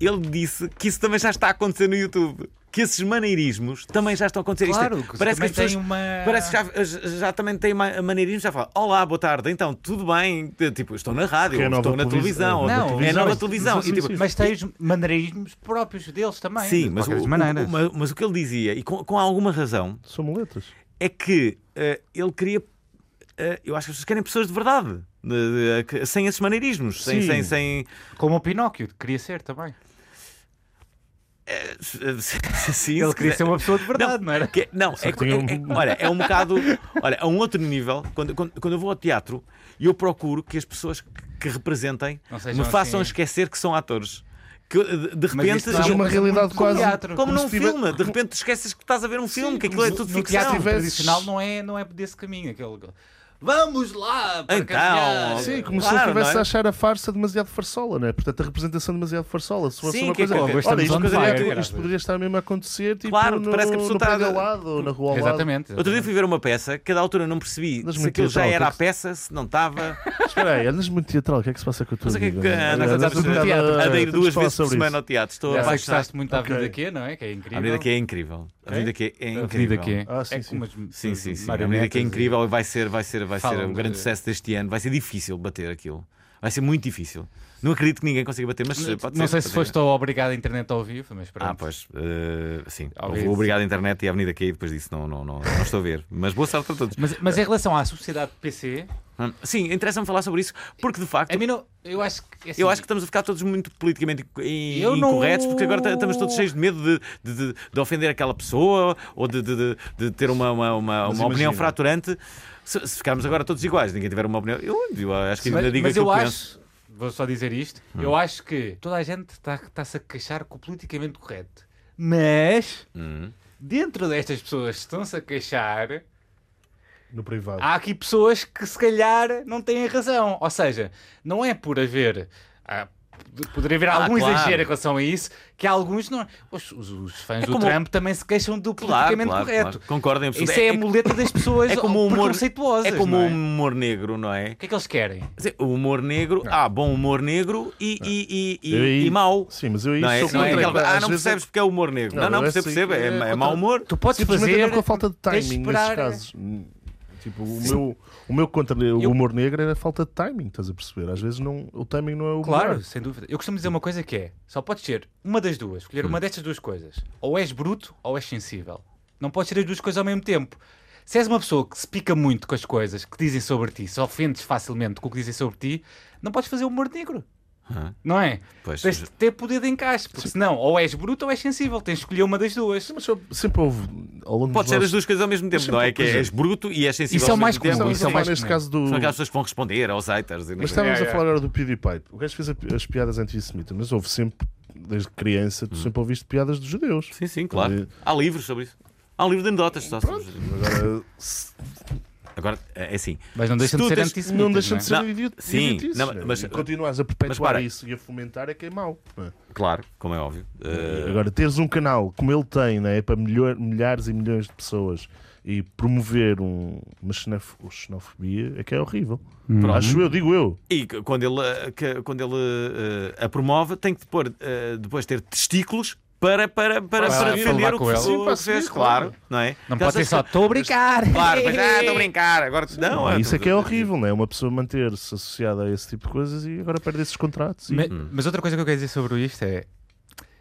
Speaker 1: ele disse que isso também já está a acontecer no YouTube. Que esses maneirismos também já estão a acontecer. Isto é,
Speaker 2: Claro, que
Speaker 1: parece que
Speaker 2: também
Speaker 1: as pessoas
Speaker 2: tem uma-
Speaker 1: parece que já, já também tem ma- maneirismos. Já fala: Olá, boa tarde, então, tudo bem? Tipo, estou na rádio,
Speaker 4: Porque é
Speaker 1: ou estou
Speaker 4: nova
Speaker 1: na televisão,
Speaker 4: televisão.
Speaker 1: ou-
Speaker 2: Não,
Speaker 1: é
Speaker 2: mas-
Speaker 1: nova televisão.
Speaker 4: mas
Speaker 1: E, tipo,
Speaker 4: assim,
Speaker 2: Mas tem os maneirismos próprios deles também.
Speaker 1: Sim,
Speaker 2: de
Speaker 1: mas
Speaker 2: qualquer
Speaker 1: o,
Speaker 2: maneira.
Speaker 1: o- mas- mas o que ele dizia, e com, com alguma razão,
Speaker 4: São muletas.
Speaker 1: é que eh, ele queria. eh, eu acho que as pessoas querem pessoas de verdade, de- de- que- sem esses maneirismos, sem-
Speaker 4: Sim.
Speaker 1: sem, sem,
Speaker 2: Como o Pinóquio, queria ser também.
Speaker 1: Sim,
Speaker 2: Ele
Speaker 1: se
Speaker 2: queria
Speaker 1: quiser.
Speaker 2: ser um uma pessoa de verdade, não, era?
Speaker 1: que- não, é,
Speaker 4: que tem
Speaker 1: é-
Speaker 4: um-
Speaker 1: é- olha, é um bocado. Olha, a um outro nível, quando, quando, quando eu vou ao teatro, eu procuro que as pessoas que- que representem
Speaker 2: Não
Speaker 1: me
Speaker 2: sejam
Speaker 1: façam
Speaker 2: assim.
Speaker 1: esquecer que são atores. Que de, de repente.
Speaker 2: isso não é
Speaker 4: Seja
Speaker 1: eu-
Speaker 4: uma realidade
Speaker 2: Como
Speaker 4: quase.
Speaker 2: teatro.
Speaker 1: como
Speaker 4: se
Speaker 1: num
Speaker 4: tivesse-
Speaker 1: filme, de repente esqueces que estás a ver um filme, que aquilo é tudo
Speaker 2: no
Speaker 1: ficção.
Speaker 2: teatro
Speaker 4: tivesses-
Speaker 2: tradicional não é, não é desse caminho. Aquele... aquele, Vamos lá! Para
Speaker 1: Então,
Speaker 2: caminhar."
Speaker 4: Sim, como se
Speaker 1: Claro,
Speaker 4: ele estivesse
Speaker 1: não é?
Speaker 4: a achar a farsa demasiado farsola, né? Portanto, a representação demasiado farsola. Se fosse
Speaker 1: Sim,
Speaker 4: uma
Speaker 1: que é
Speaker 4: coisa.
Speaker 1: que-
Speaker 4: Olha,
Speaker 3: estamos
Speaker 4: isto
Speaker 3: on
Speaker 4: poderia,
Speaker 2: fire,
Speaker 4: isto
Speaker 2: caralho.
Speaker 4: poderia estar mesmo a acontecer tipo,
Speaker 1: Claro,
Speaker 4: no,
Speaker 1: parece que a pessoa
Speaker 4: no
Speaker 1: está-
Speaker 4: prédio ao lado ou na rua ao lado.
Speaker 2: Exatamente.
Speaker 1: Outro dia fui ver uma peça, que a da altura não percebi
Speaker 4: Mas
Speaker 1: se
Speaker 4: muito Eh,
Speaker 1: aquilo já
Speaker 4: teatral,
Speaker 1: era a
Speaker 4: tem que-
Speaker 1: peça, se não estava.
Speaker 4: Espera aí, andas muito teatral, o que é que se passa com a tua
Speaker 1: Não sei o que é
Speaker 4: vida?
Speaker 1: que andas a
Speaker 4: Andas
Speaker 1: fazer
Speaker 4: um
Speaker 1: no
Speaker 4: bocado
Speaker 1: A de ir
Speaker 4: temos de
Speaker 1: duas
Speaker 4: falar
Speaker 1: vezes por
Speaker 4: sobre
Speaker 1: semena
Speaker 4: isso.
Speaker 1: ao teatro. Estou
Speaker 2: Já sei que
Speaker 1: apaixonado.
Speaker 2: gostaste muito da
Speaker 4: Ok.
Speaker 2: vida aqui, não é? Que é incrível.
Speaker 1: A vida que é incrível. A vida que é incrível.
Speaker 3: A vida que é.
Speaker 4: Ah, sim,
Speaker 2: É
Speaker 4: sim.
Speaker 2: como as-
Speaker 1: Sim, sim, sim. A
Speaker 2: marionetas
Speaker 1: medida que é
Speaker 2: e-
Speaker 1: incrível e vai ser, vai ser, vai ser
Speaker 2: Falam
Speaker 1: um grande
Speaker 2: de-
Speaker 1: sucesso deste ano. Vai ser difícil bater aquilo. Vai ser muito difícil. Não acredito que ninguém consiga bater, mas eh, pode
Speaker 2: Não
Speaker 1: ser.
Speaker 2: sei se
Speaker 1: pode
Speaker 2: foste ao obrigado à internet ao vivo, mas pronto.
Speaker 1: Ah, pois, eh, sim.
Speaker 2: Ao
Speaker 1: Houve o
Speaker 2: vivo.
Speaker 1: Obrigado à internet e à Avenida Q, depois disso não, não, não, não estou a ver. Mas boa sorte para todos.
Speaker 2: Mas, mas em relação à sociedade PC,
Speaker 1: Hum, Sim, interessa-me falar sobre isso, porque de facto
Speaker 2: a mim não. Eu acho que. assim,
Speaker 1: eu acho que estamos a ficar todos muito politicamente inc- in-
Speaker 2: Eu não-
Speaker 1: incorretos, porque agora ta- estamos todos cheios de medo de, de- de- de ofender aquela pessoa ou de, de- de- de ter uma, uma, uma- uma opinião
Speaker 4: imagina.
Speaker 1: fraturante. Se, se ficarmos agora todos iguais, ninguém tiver uma opinião. Eu, eu acho que ainda
Speaker 2: Mas,
Speaker 1: digo
Speaker 2: mas
Speaker 1: aquilo
Speaker 2: eu
Speaker 1: que penso. Hum.
Speaker 2: acho, vou só dizer isto, eu acho que toda a gente está-se a queixar com o politicamente correto. Mas,
Speaker 1: Hum.
Speaker 2: dentro destas pessoas que estão-se a queixar,
Speaker 4: no privado.
Speaker 1: Ah,
Speaker 2: Há aqui pessoas que se calhar não têm razão. Ou seja, não é por haver. ah, p- Poderia haver
Speaker 1: Ah,
Speaker 2: algum
Speaker 1: claro.
Speaker 2: exagero em relação a isso, que alguns não. Os, os- os fãs do
Speaker 1: É como-
Speaker 2: Trump também se queixam do
Speaker 1: Claro,
Speaker 2: politicamente
Speaker 1: claro,
Speaker 2: correto.
Speaker 1: claro. Concordo em absoluto.
Speaker 2: Isso é a muleta das pessoas
Speaker 1: é como o humor-
Speaker 2: preconceituosas.
Speaker 1: É como
Speaker 2: não
Speaker 1: o
Speaker 2: é?
Speaker 1: humor negro, não é?
Speaker 2: O que é que eles querem?
Speaker 1: Quer dizer, o humor negro, há bom humor negro e, e, e,
Speaker 4: Eu
Speaker 1: e,
Speaker 4: aí-
Speaker 1: e mau.
Speaker 4: Sim, mas eu aí
Speaker 1: Não é,
Speaker 4: sou
Speaker 1: não é
Speaker 4: contra.
Speaker 1: aquela coisa, ah,
Speaker 4: Às
Speaker 1: não
Speaker 4: vezes
Speaker 1: percebes porque é humor negro.
Speaker 4: Não,
Speaker 1: Não, não,
Speaker 4: eu
Speaker 1: percebo,
Speaker 4: sei
Speaker 1: percebo.
Speaker 4: que
Speaker 1: É,
Speaker 4: é
Speaker 1: é mau humor.
Speaker 2: Tu podes
Speaker 4: Simplesmente é
Speaker 2: fazer.
Speaker 4: era Tipo, com a falta de
Speaker 2: tens
Speaker 4: timing
Speaker 2: de
Speaker 4: nesses
Speaker 2: esperar.
Speaker 4: casos. Hum, Tipo, o meu, o meu contra o humor negro era a falta de timing, estás a perceber? Às vezes não, o timing não é o
Speaker 2: Claro,
Speaker 4: melhor.
Speaker 2: sem dúvida. Eu costumo dizer uma coisa que é: só podes ser uma das duas, escolher uma destas duas coisas. Ou és bruto ou és sensível. Não podes ser as duas coisas ao mesmo tempo. Se és uma pessoa que se pica muito com as coisas que dizem sobre ti, se ofendes facilmente com o que dizem sobre ti, não podes fazer humor negro.
Speaker 1: Ah.
Speaker 2: Não é?
Speaker 1: Pois,
Speaker 2: Tens de ter poder de encaixe, porque senão ou és bruto ou és sensível, tens de escolher uma das duas.
Speaker 4: Mas eu- sempre houve, ao longo
Speaker 1: pode
Speaker 4: dos
Speaker 1: ser as
Speaker 4: nossos...
Speaker 1: duas coisas ao mesmo tempo,
Speaker 4: Mas
Speaker 1: não é?
Speaker 4: sempre,
Speaker 1: Que és
Speaker 4: por exemplo,
Speaker 1: bruto e és sensível
Speaker 2: Isso é
Speaker 1: ao
Speaker 2: o mais
Speaker 1: mesmo tempo.
Speaker 2: comum,
Speaker 4: Estávamos
Speaker 2: isso é
Speaker 4: a
Speaker 2: o
Speaker 4: falar
Speaker 2: mais
Speaker 4: neste
Speaker 2: comum.
Speaker 4: caso do...
Speaker 1: São aquelas pessoas que vão responder aos haters. e não
Speaker 4: Mas
Speaker 1: sei o quê.
Speaker 4: estávamos
Speaker 2: Yeah,
Speaker 4: a falar agora do PewDiePie. O gajo fez a- as piadas antissemitas, mas houve sempre, desde criança, tu sempre ouviste piadas dos judeus.
Speaker 1: Sim, sim, claro.
Speaker 4: Ali-
Speaker 1: Há livros sobre isso. Há um livro de anedotas só sobre isso.
Speaker 4: Agora, se-
Speaker 1: Agora, é assim.
Speaker 2: Mas não deixa
Speaker 1: Se
Speaker 2: de
Speaker 1: tu
Speaker 2: ser é?
Speaker 1: tens-
Speaker 2: antissemita.
Speaker 4: não deixa de ser
Speaker 1: Não,
Speaker 4: idiota.
Speaker 1: sim,
Speaker 4: idiotice,
Speaker 1: não,
Speaker 4: né?
Speaker 1: mas-
Speaker 4: E continuas a
Speaker 1: para.
Speaker 4: perpetuar isso e a fomentar é que é mau. não é?
Speaker 1: Claro, como é óbvio. Eh,
Speaker 4: Agora, teres um canal como ele tem, né, para milho- milhares e milhões de pessoas e promover um, uma xenof- xenofobia é que é horrível. Acho eu, digo eu.
Speaker 1: E que- quando ele, eh, que- quando ele eh, a promove, tem que pôr, eh, depois ter testículos para, para, para,
Speaker 2: Para
Speaker 1: para
Speaker 2: falar
Speaker 1: defender o
Speaker 2: com
Speaker 1: que
Speaker 2: ele.
Speaker 1: o
Speaker 4: Sim, para
Speaker 1: que fez,
Speaker 4: assumir,
Speaker 1: claro.
Speaker 4: claro.
Speaker 1: Não, é?
Speaker 2: Não
Speaker 1: Aquelas
Speaker 2: pode ser só,
Speaker 1: coisas que-
Speaker 2: estou a brincar.
Speaker 1: Claro, mas ah, estou a brincar. Agora, não,
Speaker 4: isso é que é horrível, né? Uma pessoa manter-se associada a esse tipo de coisas e agora perde esses contratos. E...
Speaker 2: Ma- Mas outra coisa que eu quero dizer sobre isto é.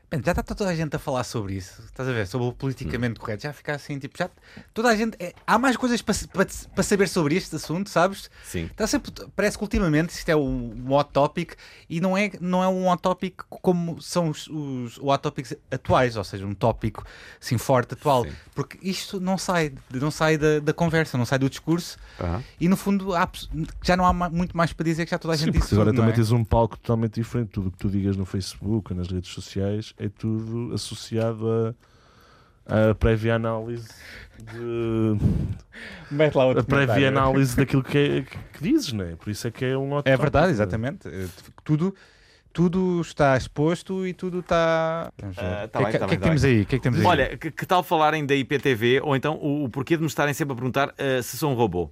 Speaker 2: Bem, já está toda a gente a falar sobre isso, estás a ver? Sobre o
Speaker 4: Hum.
Speaker 2: politicamente correto, já fica assim, tipo, já. Toda a gente. é, há mais coisas para se- para se- para saber sobre este assunto, sabes?
Speaker 1: Sim.
Speaker 2: Está sempre, parece que ultimamente isto é um, um hot topic e não é, não é um hot topic como são os, os hot topics atuais, ou seja, um tópico assim forte, atual.
Speaker 1: Sim.
Speaker 2: Porque isto não sai, não sai da, da conversa, não sai do discurso
Speaker 4: Tá.
Speaker 1: Aham.
Speaker 2: e no fundo há pes- já não há ma- muito mais para dizer que já toda a gente
Speaker 4: Sim,
Speaker 2: disse.
Speaker 4: porque agora
Speaker 2: tudo, não
Speaker 4: também
Speaker 2: é?
Speaker 4: tens um palco totalmente diferente. Tudo o que tu digas no Facebook ou nas redes sociais é tudo associado a, a prévia análise de
Speaker 2: Mete lá outro
Speaker 4: a prévia
Speaker 2: comentário.
Speaker 4: análise daquilo que, é- que- que dizes, né? Por isso é que é um hot
Speaker 2: É
Speaker 4: topic,
Speaker 2: verdade,
Speaker 4: né?
Speaker 2: exatamente. Eh, tu- Tudo, tudo está exposto e tudo está. Vamos ver.
Speaker 1: Ah, tá bem,
Speaker 2: O que, é que-
Speaker 1: tá
Speaker 2: o que é que
Speaker 1: bem, tá
Speaker 2: temos aí? O que é que temos aí?
Speaker 1: Olha, que, que tal falarem da IPTV ou então o, o porquê de me estarem sempre a perguntar eh, se sou um robô?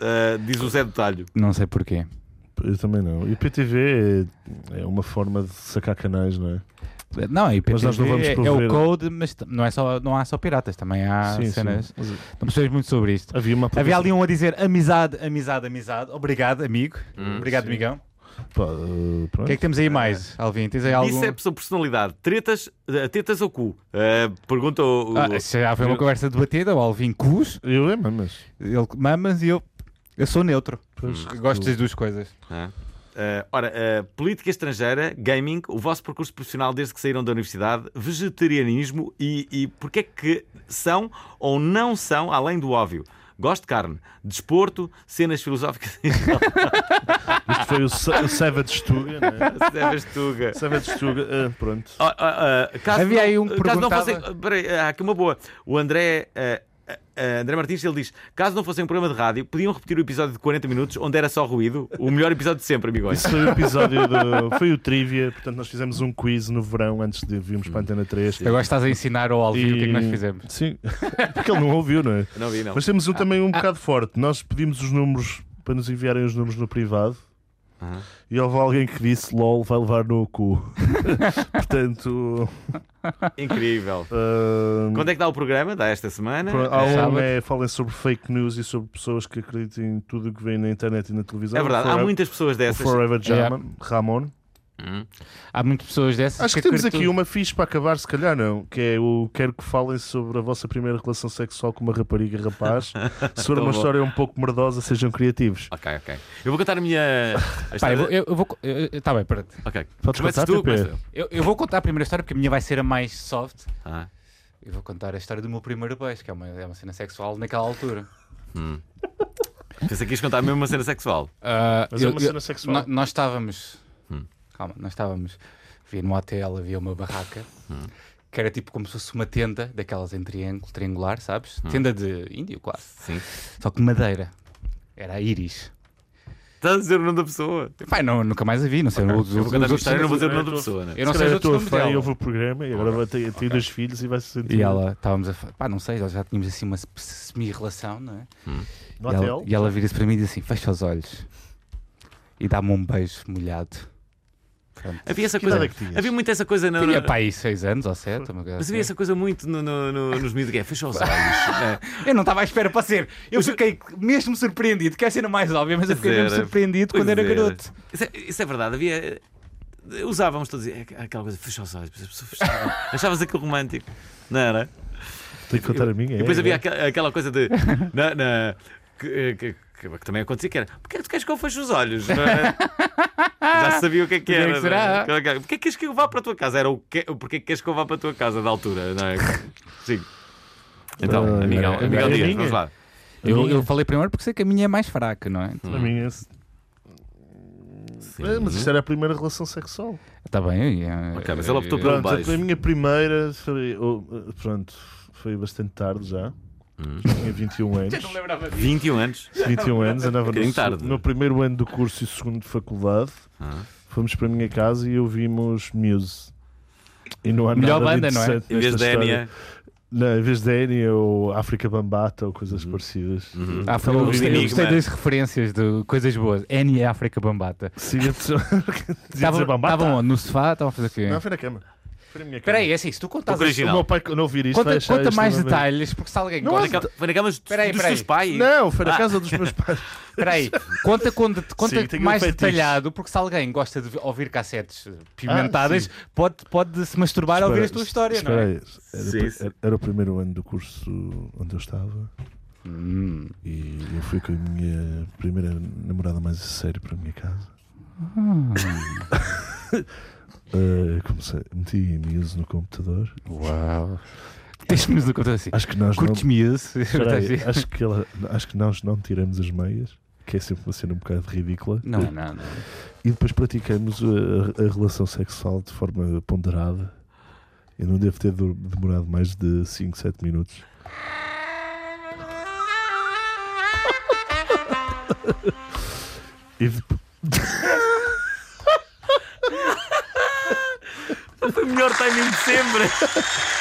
Speaker 1: Eh, diz o Zé do Talho.
Speaker 2: não sei porquê.
Speaker 4: Eu também não. E o PTV é, é uma forma de sacar canais, não é?
Speaker 2: Não, e
Speaker 4: Mas nós não vamos
Speaker 2: é, é o
Speaker 4: prover-
Speaker 2: code, mas t- não, é só, não há só piratas, também há Ah, cenas.
Speaker 4: Mas
Speaker 2: Não percebes muito sobre isto.
Speaker 4: Havia uma
Speaker 2: Havia ali um a dizer amizade, amizade, amizade. Obrigado, amigo.
Speaker 1: Hum,
Speaker 2: Obrigado, amigão.
Speaker 4: Pá, uh,
Speaker 2: O um-
Speaker 4: pronto.
Speaker 2: que é que temos aí mais, Alvin? Tens aí algum...
Speaker 1: Isso é sobre personalidade. Tretas, eh, tetas ou cu? Eh, pergunta o. o-
Speaker 2: Ah, isso já foi uma conversa debatida. O Alvin cus,
Speaker 4: Eu é, mas.
Speaker 2: ele mamas e eu... Eu sou neutro.
Speaker 4: Pois,
Speaker 2: Gosto das duas coisas.
Speaker 1: Ah. Ah, ora, ah, política estrangeira, gaming, o vosso percurso profissional desde que saíram da universidade, vegetarianismo e, e porque é que são ou não são, além do óbvio. Gosto de carne, desporto, cenas filosóficas e
Speaker 4: Isto foi o, Sa- o Savage Tuga, não é?
Speaker 1: Sebas Tuga.
Speaker 4: Savage Tuga, ah, pronto.
Speaker 1: Ah, ah, ah, caso
Speaker 2: Havia
Speaker 1: não-
Speaker 2: aí um
Speaker 1: caso não
Speaker 2: perguntava-
Speaker 1: fossem- ah, peraí, há aqui uma boa. O André. ah, ah, ah, André Martins, ele diz: caso não fossem um programa de rádio, podiam repetir o episódio de 40 minutos, onde era só ruído, o melhor episódio de sempre, amigões.
Speaker 4: Isso foi o episódio do. Foi o Trivia, portanto, nós fizemos um quiz no verão antes de virmos para a Antena 3.
Speaker 2: Agora estás a ensinar ao Alvin
Speaker 4: E-
Speaker 2: o que é que nós fizemos.
Speaker 4: Sim, porque ele não ouviu, não é?
Speaker 1: Não vi, não. Ah.
Speaker 4: Mas temos um, também um bocado forte. Nós pedimos os números para nos enviarem os números no privado.
Speaker 1: Aham.
Speaker 4: E houve alguém que disse LOL vai levar no cu. Portanto,
Speaker 1: Incrível.
Speaker 4: ah,
Speaker 1: Quando é que dá o programa? Dá esta semana?
Speaker 4: pronto, há
Speaker 2: Sábado.
Speaker 4: um é falem sobre fake news e sobre pessoas que acreditam em tudo o que vem na internet e na televisão.
Speaker 1: É verdade, há
Speaker 4: Forever-
Speaker 1: muitas pessoas
Speaker 4: o
Speaker 1: dessas. Hum,
Speaker 4: Forever Jama, Ramon.
Speaker 2: Há muitas pessoas dessas
Speaker 4: Acho que temos
Speaker 2: acreditam-
Speaker 4: aqui uma fixe para acabar, se calhar não, que é o quero que falem sobre a vossa primeira relação sexual com uma rapariga rapaz. se for
Speaker 1: Tão bom.
Speaker 4: uma história um pouco merdosa, sejam criativos.
Speaker 1: Ok, ok. Eu vou contar a minha. a
Speaker 2: Pá,
Speaker 1: história-
Speaker 2: eu, vou- eu, eu vou. co- eu- eu- Tá bem, pronto.
Speaker 1: Ok.
Speaker 4: Podes
Speaker 1: Começas
Speaker 4: contar,
Speaker 1: tu,
Speaker 4: TP?
Speaker 1: começa eu.
Speaker 2: Eu, eu vou contar a primeira história porque a minha vai ser a mais soft.
Speaker 1: Ah,
Speaker 2: Eu vou contar a história do meu primeiro beijo, que é uma, é uma cena sexual naquela altura.
Speaker 1: pensei que ias contar mesmo uma cena sexual.
Speaker 2: Ah,
Speaker 4: Mas é uma cena sexual.
Speaker 2: nó- Nós
Speaker 1: Hum. Hum.
Speaker 2: estávamos. Calma, nós estávamos. Havia no hotel, havia uma barraca que era tipo como se fosse uma tenda, daquelas em triângulo, triangular, sabes?
Speaker 1: Hum.
Speaker 2: Tenda de índio, quase.
Speaker 1: Sim.
Speaker 2: Só que madeira. Era a íris.
Speaker 1: Estás a dizer o nome da pessoa.
Speaker 2: Pai, não, nunca mais a vi, não sei. os-
Speaker 1: Eu
Speaker 2: os-
Speaker 1: vou cantar
Speaker 2: os
Speaker 1: a
Speaker 2: outros-
Speaker 1: história, não vou dizer o
Speaker 4: eu
Speaker 1: nome da
Speaker 4: tô-
Speaker 1: pessoa, né?
Speaker 2: Eu não
Speaker 4: Se
Speaker 2: sei os
Speaker 4: calhar a tua
Speaker 2: outros nomes
Speaker 4: fã
Speaker 2: dela.
Speaker 4: ouve o programa e agora vai ter, tem dois filhos e vai se sentir
Speaker 2: E ela, estávamos a fa- pá, não sei, nós já tínhamos assim uma semi-relação, não é?
Speaker 4: no
Speaker 2: e,
Speaker 4: hotel.
Speaker 2: ela, e ela vira-se para mim e diz assim: fecha os olhos e dá-me um beijo molhado. Pronto.
Speaker 1: Havia essa
Speaker 4: Que idade
Speaker 1: coisa.
Speaker 4: é que tinhas?
Speaker 1: Havia muito essa coisa na.
Speaker 2: Tinha
Speaker 1: na-
Speaker 2: pá aí 6 anos ou 7, uma coisa
Speaker 1: Mas havia
Speaker 2: assim.
Speaker 1: essa coisa muito no, no, no, nos miúdos é, de guerra. Fecha os olhos. né?
Speaker 2: Eu não estava à espera para ser. Eu fiquei mesmo surpreendido. Quer ser mais óbvio, mas eu fiquei
Speaker 1: Pois
Speaker 2: mesmo
Speaker 1: era.
Speaker 2: surpreendido
Speaker 1: Pois
Speaker 2: quando era
Speaker 1: era.
Speaker 2: garoto.
Speaker 1: Isso é, isso é verdade. Havia. eh, Usávamos todos é, aquela coisa, fecha os olhos, as pessoas fechavam. Achavas aquilo romântico, não era?
Speaker 4: Tenho que contar a minha.
Speaker 1: E
Speaker 2: É,
Speaker 1: depois havia aqua- aquela coisa de. na- na- que, eh, que- que- que também acontecia que era. Porquê é que tu queres que eu feche os olhos? não é? Já sabia o que é que
Speaker 2: é que
Speaker 1: era. não é?
Speaker 2: será?
Speaker 1: Aquela coisa, Porquê é que queres que eu vá para a tua casa? Era o que, o porquê é que queres que eu vá para a tua casa da altura, não é? Sim. Então,
Speaker 4: Ah,
Speaker 1: amigão,
Speaker 4: era-
Speaker 1: amigão
Speaker 4: era
Speaker 1: Dias,
Speaker 4: minha.
Speaker 1: vamos lá.
Speaker 3: Eu, eu falei primeiro porque sei que a minha é mais fraca, não é?
Speaker 4: A minha. É, mas isto era a primeira relação sexual.
Speaker 2: Tá
Speaker 3: Está bem. é-
Speaker 1: Ok, mas ela optou por um
Speaker 4: Pronto, a,
Speaker 1: beijo.
Speaker 4: a minha primeira foi, oh, eh, pronto, foi bastante tarde já.
Speaker 1: Hum.
Speaker 4: Já tinha 21 anos.
Speaker 1: 21 anos.
Speaker 4: 21 anos, andava no,
Speaker 1: Um bocadinho tarde. é?
Speaker 4: no primeiro ano do curso e segundo de faculdade.
Speaker 1: Ah.
Speaker 4: Fomos para a minha casa e ouvimos Muse. E não há
Speaker 3: Melhor
Speaker 4: nada de
Speaker 3: banda, não é?
Speaker 4: interessante
Speaker 1: Em vez
Speaker 4: nesta
Speaker 1: da
Speaker 4: história.
Speaker 1: Enia,
Speaker 4: Não, em vez de Enya ou África Bambata ou coisas
Speaker 1: Uhum.
Speaker 4: parecidas.
Speaker 3: Ah, foi- eu gostei, eu gostei
Speaker 1: Enigma.
Speaker 3: das referências de coisas boas. N e
Speaker 2: é
Speaker 3: África Bambata.
Speaker 4: Sim, eu dizia
Speaker 3: Estavam
Speaker 4: dizer Bambata.
Speaker 3: estavam onde? no sofá, estavam a fazer o quê?
Speaker 4: Não, foi na cama. Foi na minha cama.
Speaker 2: Espera aí, é assim, se tu
Speaker 1: o
Speaker 2: contas.
Speaker 4: O meu
Speaker 1: original.
Speaker 4: pai, quando ouvir isto, vai
Speaker 3: Conta,
Speaker 4: achar
Speaker 3: conta mais
Speaker 4: extremamente-
Speaker 3: detalhes, porque se alguém
Speaker 4: Não
Speaker 1: Foi
Speaker 3: gosta.
Speaker 1: naquela- Foi na cama dos,
Speaker 3: Peraí,
Speaker 1: dos
Speaker 3: peraí.
Speaker 1: teus pais.
Speaker 4: Não, foi na
Speaker 1: Ah.
Speaker 4: casa dos meus pais.
Speaker 3: Espera aí, conta, conta, conta
Speaker 4: tenho um
Speaker 3: mais
Speaker 4: fetiche.
Speaker 3: detalhado, porque se alguém gosta de ouvir cassetes
Speaker 1: Ah,
Speaker 3: eh, pimentadas, pode, pode se masturbar a ouvir as
Speaker 4: Espera,
Speaker 3: tuas histórias, não
Speaker 4: espera
Speaker 3: é?
Speaker 4: aí. Era, o
Speaker 1: Sim,
Speaker 4: pri-
Speaker 1: sim.
Speaker 4: era- era o primeiro ano do curso onde eu estava
Speaker 3: Hum.
Speaker 4: e eu fui com a minha primeira namorada mais a sério para a minha casa.
Speaker 3: Ah.
Speaker 4: Eh, comecei, meti Muse no computador.
Speaker 3: Uau. Tens-me no computador assim.
Speaker 4: Acho que nós não.
Speaker 3: Curtes-me isso?
Speaker 4: Espera aí, acho, que ela- acho que nós não tiramos as meias, que é sempre uma cena um bocado ridícula.
Speaker 3: Não, não, não.
Speaker 4: E depois praticamos eh, a, a relação sexual de forma ponderada. Eu não devo ter dur- demorado mais de 5, 7 minutos. E depois.
Speaker 1: Foi o melhor timing de sempre.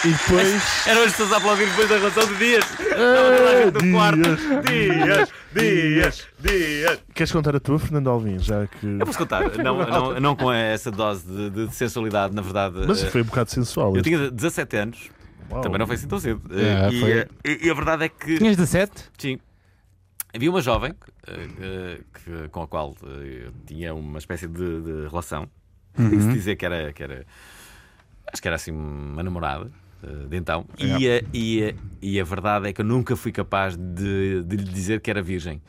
Speaker 4: E depois
Speaker 1: Eram as pessoas a aplaudir depois da relação de dias.
Speaker 4: É,
Speaker 1: Estava toda a gente no quarto. Dias, dias, dias.
Speaker 4: queres contar a tua, Fernando Alvim? Já que.
Speaker 1: Eu posso contar, não, não, não com essa dose de, de sensualidade, na verdade.
Speaker 4: Mas
Speaker 1: eh,
Speaker 4: foi um bocado sensual.
Speaker 1: Eu tinha 17 anos,
Speaker 4: Uau.
Speaker 1: também não foi assim tão cedo.
Speaker 3: É,
Speaker 1: Eh, e,
Speaker 3: foi.
Speaker 1: eh, e, e a verdade é que.
Speaker 3: Tinhas 17?
Speaker 1: Sim. Havia uma jovem eh, eh, que- com a qual eh, eu tinha uma espécie de, de relação. Se dizer que era, que era. Acho que era assim uma namorada eh, de então. E, a- e, a- e a verdade é que eu nunca fui capaz de, de lhe dizer que era virgem.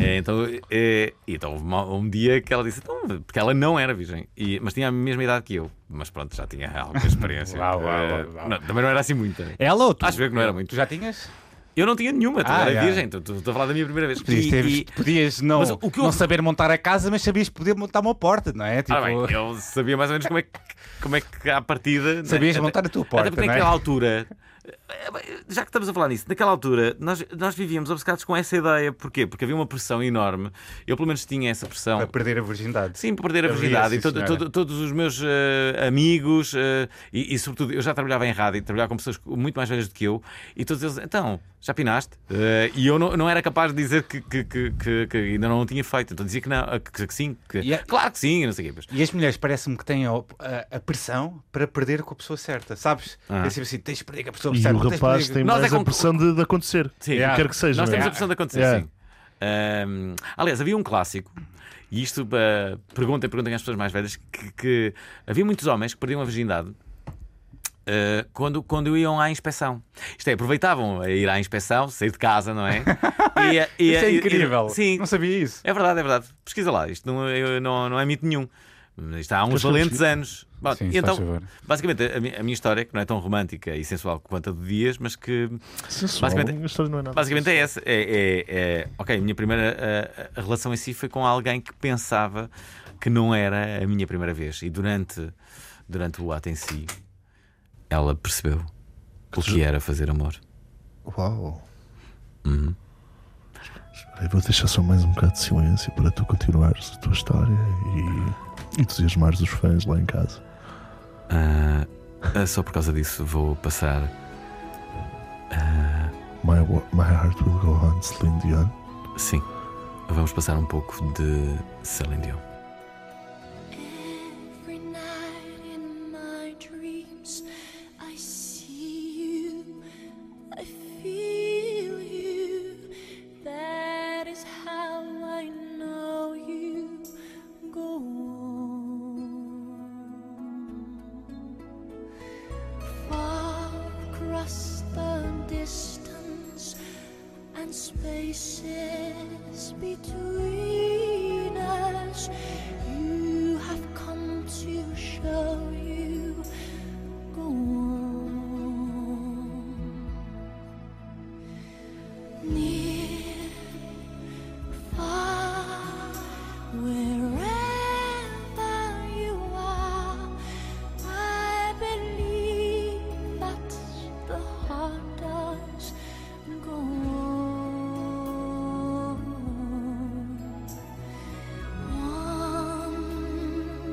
Speaker 1: Eh, então, eh, então houve uma- um dia que ela disse então, porque ela não era virgem, e- mas tinha a mesma idade que eu. Mas pronto, já tinha alguma experiência.
Speaker 3: Uau, uau,
Speaker 1: Eh,
Speaker 3: uau.
Speaker 1: não, também não era assim muita.
Speaker 3: Ela ou tu?
Speaker 1: Acho eu que não era muito.
Speaker 3: Tu já tinhas?
Speaker 1: Eu não tinha nenhuma, tu
Speaker 3: Ah,
Speaker 1: era
Speaker 3: já.
Speaker 1: virgem, tu- tu- estou a falar da minha primeira vez.
Speaker 3: Podias,
Speaker 1: E-
Speaker 3: ter-
Speaker 1: e-
Speaker 3: podias não,
Speaker 1: Mas o que eu-
Speaker 3: não saber montar a casa, mas sabias poder montar uma porta, não é? Tipo,
Speaker 1: Ah, bem, eu sabia mais ou menos como é que, como é que à partida. né?
Speaker 3: sabias
Speaker 1: Até-
Speaker 3: montar a tua
Speaker 1: Até
Speaker 3: porta,
Speaker 1: porque
Speaker 3: não é?
Speaker 1: naquela altura, eh, bem, já que estamos a falar nisso, naquela altura nós, nós vivíamos obcecados com essa ideia. Porquê? Porque havia uma pressão enorme. Eu, pelo menos, tinha essa pressão.
Speaker 2: Para perder a virgindade.
Speaker 1: Sim, para perder a
Speaker 2: Havia,
Speaker 1: virgindade.
Speaker 2: sim,
Speaker 1: E todo-
Speaker 2: senhora.
Speaker 1: todo- todos os meus eh, amigos, eh, e, e sobretudo, eu já trabalhava em rádio, trabalhava com pessoas muito mais velhas do que eu, e todos eles, então, já pinaste? Eh, e eu não, não era capaz de dizer que, que, que- que- que ainda não tinha feito. Então dizia que não, eh, que, que sim, que-
Speaker 3: E a-
Speaker 1: claro que sim, e não sei o quê. Mas,
Speaker 2: E as mulheres parece-me que têm a, a- a pressão para perder com a pessoa certa, sabes?
Speaker 1: Ah.
Speaker 2: É sempre assim, tens de perder com a pessoa
Speaker 4: E
Speaker 2: certa.
Speaker 4: o
Speaker 2: tens de
Speaker 4: rapaz
Speaker 2: perder-
Speaker 4: tem
Speaker 1: Nós é
Speaker 4: mais
Speaker 1: com-
Speaker 4: a pressão de, de acontecer.
Speaker 1: Sim.
Speaker 4: O que
Speaker 1: Yeah.
Speaker 4: quer que seja.
Speaker 1: Nós
Speaker 4: não é?
Speaker 1: temos a opção de acontecer,
Speaker 4: Yeah.
Speaker 1: sim. Ahm, aliás, havia um clássico, e isto ah, perguntem, perguntem às pessoas mais velhas, que, que havia muitos homens que perdiam a virgindade. ah, quando, quando iam à inspeção, isto é, aproveitavam a ir à inspeção, sair de casa, não é? E, ah, e,
Speaker 3: Isso
Speaker 1: ah,
Speaker 3: é
Speaker 1: e- e-
Speaker 3: incrível.
Speaker 1: sim,
Speaker 3: Não sabia isso.
Speaker 1: é verdade, é verdade. Pesquisa lá, isto não, eu- não, não é mito nenhum. Isto há uns
Speaker 4: Mas vamos-
Speaker 1: valentes anos. Bom,
Speaker 3: Sim,
Speaker 1: e
Speaker 3: se faz
Speaker 1: então,
Speaker 3: favor.
Speaker 1: basicamente, a, mi- a minha história, que não é tão romântica e sensual quanto a do Dias, mas que
Speaker 4: Sensual.
Speaker 1: Basicamente-
Speaker 4: A história não é nada.
Speaker 1: Basicamente é essa. É, é- é- Ok, a minha primeira ah, ah, relação em si foi com alguém que pensava que não era a minha primeira vez. E durante, durante o ato em si, ela percebeu o que era fazer amor. Uhum.
Speaker 4: Uau! Espera aí, Vou deixar só mais um bocado de silêncio para tu continuares a tua história e entusiasmares os fãs lá em casa.
Speaker 1: Ah, ah, só por causa disso vou passar. ah,
Speaker 4: My, wa- my heart will go on, Celine Dion.
Speaker 1: sim, vamos passar um pouco de Celine Dion.
Speaker 6: Every night in my dreams, I see you, I feel you. That is how I know you go on. Far across the distance and spaces between us. You have come to show you go on. Near, far, wherever you are, I believe that the heart does go on.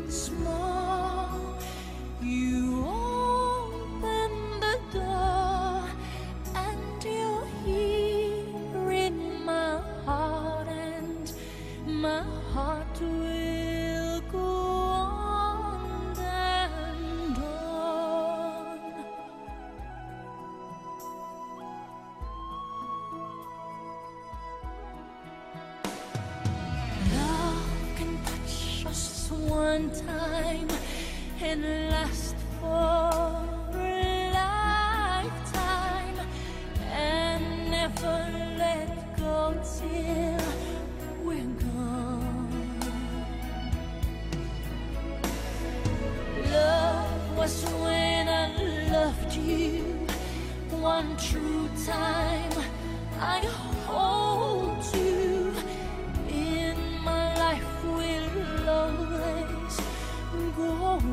Speaker 6: Once more, you open the door, and you hear in my heart, and my heart will go on and on. Love can touch us one time and last for a lifetime and never let go till we're gone. Love was when I loved you. One true time I hold you. In my life will always go on.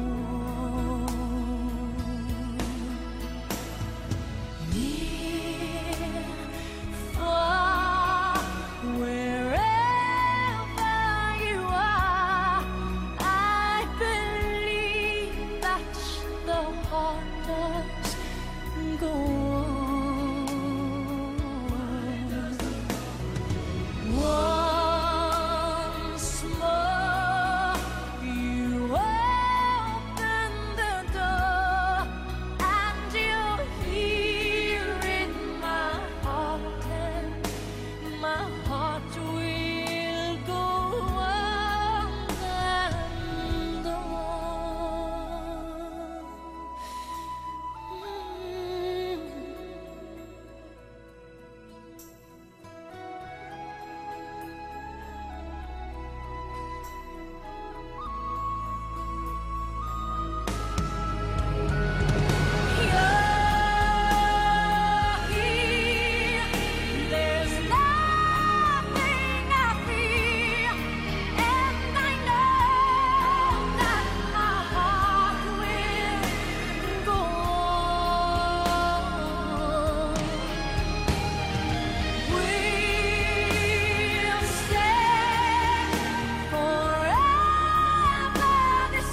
Speaker 6: Near, far, wherever you are, I believe that the heart does go on. Once more, you open the door, and you're here in my heart, and my heart will go on and on. There's nothing I fear, and I know that my heart will go on. We'll stay forever this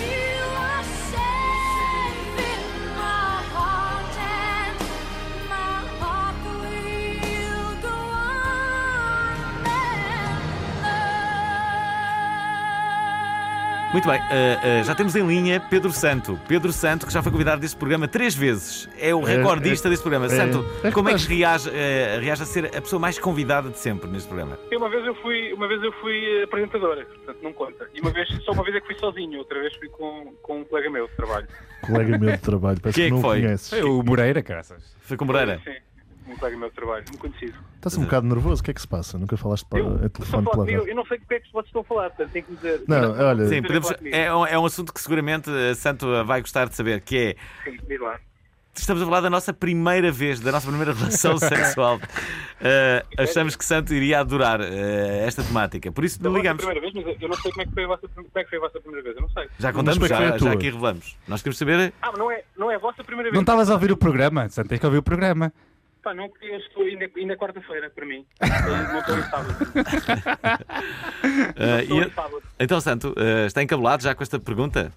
Speaker 6: way. You are safe in my heart, and my heart will go on
Speaker 1: Muito bem, ah, ah, já temos em linha Pedro Santo. Pedro Santo, que já foi convidado deste programa três vezes. É o
Speaker 4: É,
Speaker 1: recordista
Speaker 4: é,
Speaker 1: deste programa.
Speaker 4: é.
Speaker 1: Santo,
Speaker 4: É
Speaker 1: como é que
Speaker 4: fantástico.
Speaker 1: reage, ah, reage a ser a pessoa mais convidada de sempre neste programa?
Speaker 7: Eu uma vez eu fui, uma vez eu fui eh, apresentadora, portanto não conta. E uma vez, só uma vez é que fui sozinho, outra vez fui com, com um colega meu de trabalho.
Speaker 4: Colega meu de trabalho, parece
Speaker 1: Quem é
Speaker 4: que
Speaker 1: que
Speaker 4: não o
Speaker 1: foi?
Speaker 4: conheces.
Speaker 3: o Moreira, caraças.
Speaker 1: Foi com Moreira?
Speaker 7: Sim, um colega meu de trabalho, um conhecido.
Speaker 4: Estás um bocado nervoso, o que é que se passa? Nunca falaste para
Speaker 7: Eu,
Speaker 4: a
Speaker 7: eu, só
Speaker 4: telefone pela
Speaker 7: falo comigo,
Speaker 4: rádio.
Speaker 7: eu não sei do que é que vocês estão a falar, portanto tenho que me dizer.
Speaker 4: Não, é- olha,
Speaker 1: Sim,
Speaker 7: Sim,
Speaker 1: podemos-
Speaker 7: pode ir.
Speaker 1: eh, é, um, é um assunto que seguramente eh, Santo vai gostar de saber, que é
Speaker 7: Sim, diz lá.
Speaker 1: Estamos a falar da nossa primeira vez, da nossa primeira relação sexual. Eh, achamos que Santo iria adorar eh, esta temática. Por isso,
Speaker 7: Da vossa
Speaker 1: ligamos.
Speaker 7: primeira vez, mas eu não sei como é que foi a vossa, como é que foi a vossa primeira vez, eu não sei.
Speaker 1: Já contamos,
Speaker 4: Mas como é que
Speaker 1: já,
Speaker 4: foi a
Speaker 1: já
Speaker 4: tua?
Speaker 1: aqui revelamos. Nós queremos saber. eh,
Speaker 7: Ah, mas não é, não é a vossa primeira
Speaker 2: Não
Speaker 4: tá-
Speaker 7: vez.
Speaker 2: estavas a ouvir o programa, Santo, tens que ouvir o programa.
Speaker 7: Pá, não queria, estou ainda, ainda é quarta-feira para mim. Eh, Não estou em sábado.
Speaker 1: eh,
Speaker 7: Estou em
Speaker 1: e-
Speaker 7: sábado.
Speaker 1: Então, Santo, eh, está encabulado já com esta pergunta?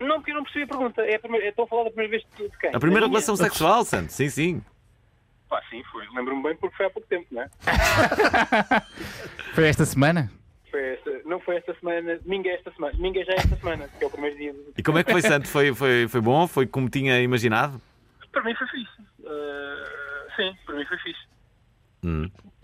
Speaker 7: Não, porque eu não percebi a pergunta. É a primeira, estou a falar da primeira vez de de quem?
Speaker 1: A primeira
Speaker 7: Da minha?
Speaker 1: relação sexual, Santo, sim, sim.
Speaker 7: Pá, sim, foi. Lembro-me bem porque foi há pouco tempo, não é?
Speaker 2: Foi esta semana?
Speaker 7: Foi esta- não foi esta semana, domingo é esta semana. Domingo é já esta semana, que é o primeiro dia. de-
Speaker 1: E como é que foi, Santo? Foi, foi, foi bom? Foi como tinha imaginado?
Speaker 7: Para mim foi fixe. Eh, sim, para mim foi fixe.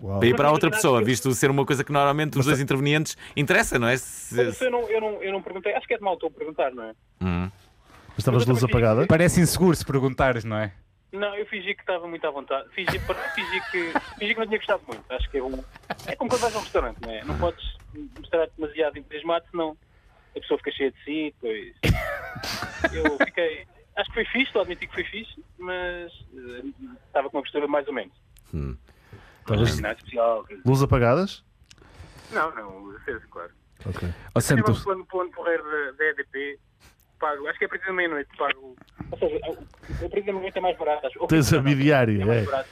Speaker 4: Uau.
Speaker 1: Para ir para a outra pessoa, visto ser uma coisa que normalmente os dois
Speaker 4: tá-
Speaker 1: intervenientes interessa, não é? Se-
Speaker 7: Mas eu não, eu, não, eu não perguntei. Acho que é de mal estou a perguntar, não é?
Speaker 4: Mas estavas de luz apagada?
Speaker 2: Parece inseguro se perguntares, não é?
Speaker 7: Não, eu fingi que estava muito à vontade. Fingi, fingi, que, fingi que não tinha gostado muito. Acho que é um. É como quando vais a um restaurante, não é? Não podes mostrar demasiado entusiasmado, senão a pessoa fica cheia de si. Depois. Eu fiquei. Acho que foi fixe, estou a admitir que foi fixe, mas eh, estava com uma postura mais ou menos. é
Speaker 4: Estavas de
Speaker 7: Nada especial. quer dizer.
Speaker 4: luz apagadas?
Speaker 7: Não, não, aceso, claro.
Speaker 4: Ok.
Speaker 2: Ó
Speaker 7: Tive
Speaker 2: Santo,
Speaker 7: um plano, plano porreiro da, da EDP. Pago, acho que é a partir da meia-noite. Pago. Ou seja, a- a partir da meia-noite é mais barato. Acho. Ou
Speaker 4: Tens
Speaker 7: não,
Speaker 4: a
Speaker 7: não,
Speaker 4: bidiária,
Speaker 7: é mais
Speaker 4: é.
Speaker 7: barato.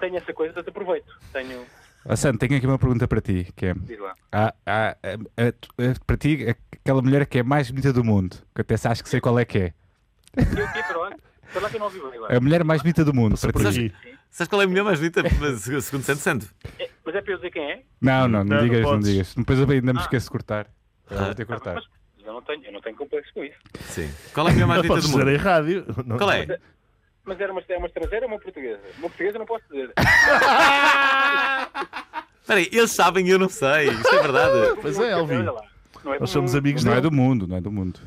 Speaker 7: Tenho essa coisa, portanto aproveito. Tenho.
Speaker 2: ó Santo, tenho aqui uma pergunta para ti, que é...
Speaker 7: Diz lá.
Speaker 2: há- há- a- a- a- para ti, aquela mulher que é a mais bonita do mundo, que eu até acho que sei qual é que é.
Speaker 7: Eu aqui para onde? Para lá que eu não ouvi bem
Speaker 4: É.
Speaker 7: agora.
Speaker 2: A mulher mais bonita do mundo, para
Speaker 4: Por
Speaker 2: ti.
Speaker 4: aqui.
Speaker 1: Sabes qual é a mulher mais bonita, mas, segundo Santo Santo?
Speaker 7: É, mas é para eu dizer quem é?
Speaker 2: Não, não, não,
Speaker 4: Não, não
Speaker 2: digas, não,
Speaker 4: podes.
Speaker 2: digas. Depois eu ainda me esqueço de cortar. Eu vou ter que
Speaker 7: Ah,
Speaker 2: cortar.
Speaker 7: mas eu não tenho, eu não tenho complexo com isso.
Speaker 1: Sim. Qual é a mulher mais
Speaker 4: Não
Speaker 1: bonita
Speaker 4: podes
Speaker 1: do
Speaker 4: dizer em
Speaker 1: mundo?
Speaker 4: rádio. Não-
Speaker 1: Qual é?
Speaker 7: Mas era uma, era uma estrangeira ou uma portuguesa? Uma portuguesa eu não posso dizer.
Speaker 1: Espera aí, eles sabem e eu não sei. Isto é verdade.
Speaker 4: Pois é, Alvin.
Speaker 7: Olha lá. Não é
Speaker 4: Nós somos amigos
Speaker 2: Não é
Speaker 4: dele.
Speaker 2: do mundo, não é do mundo.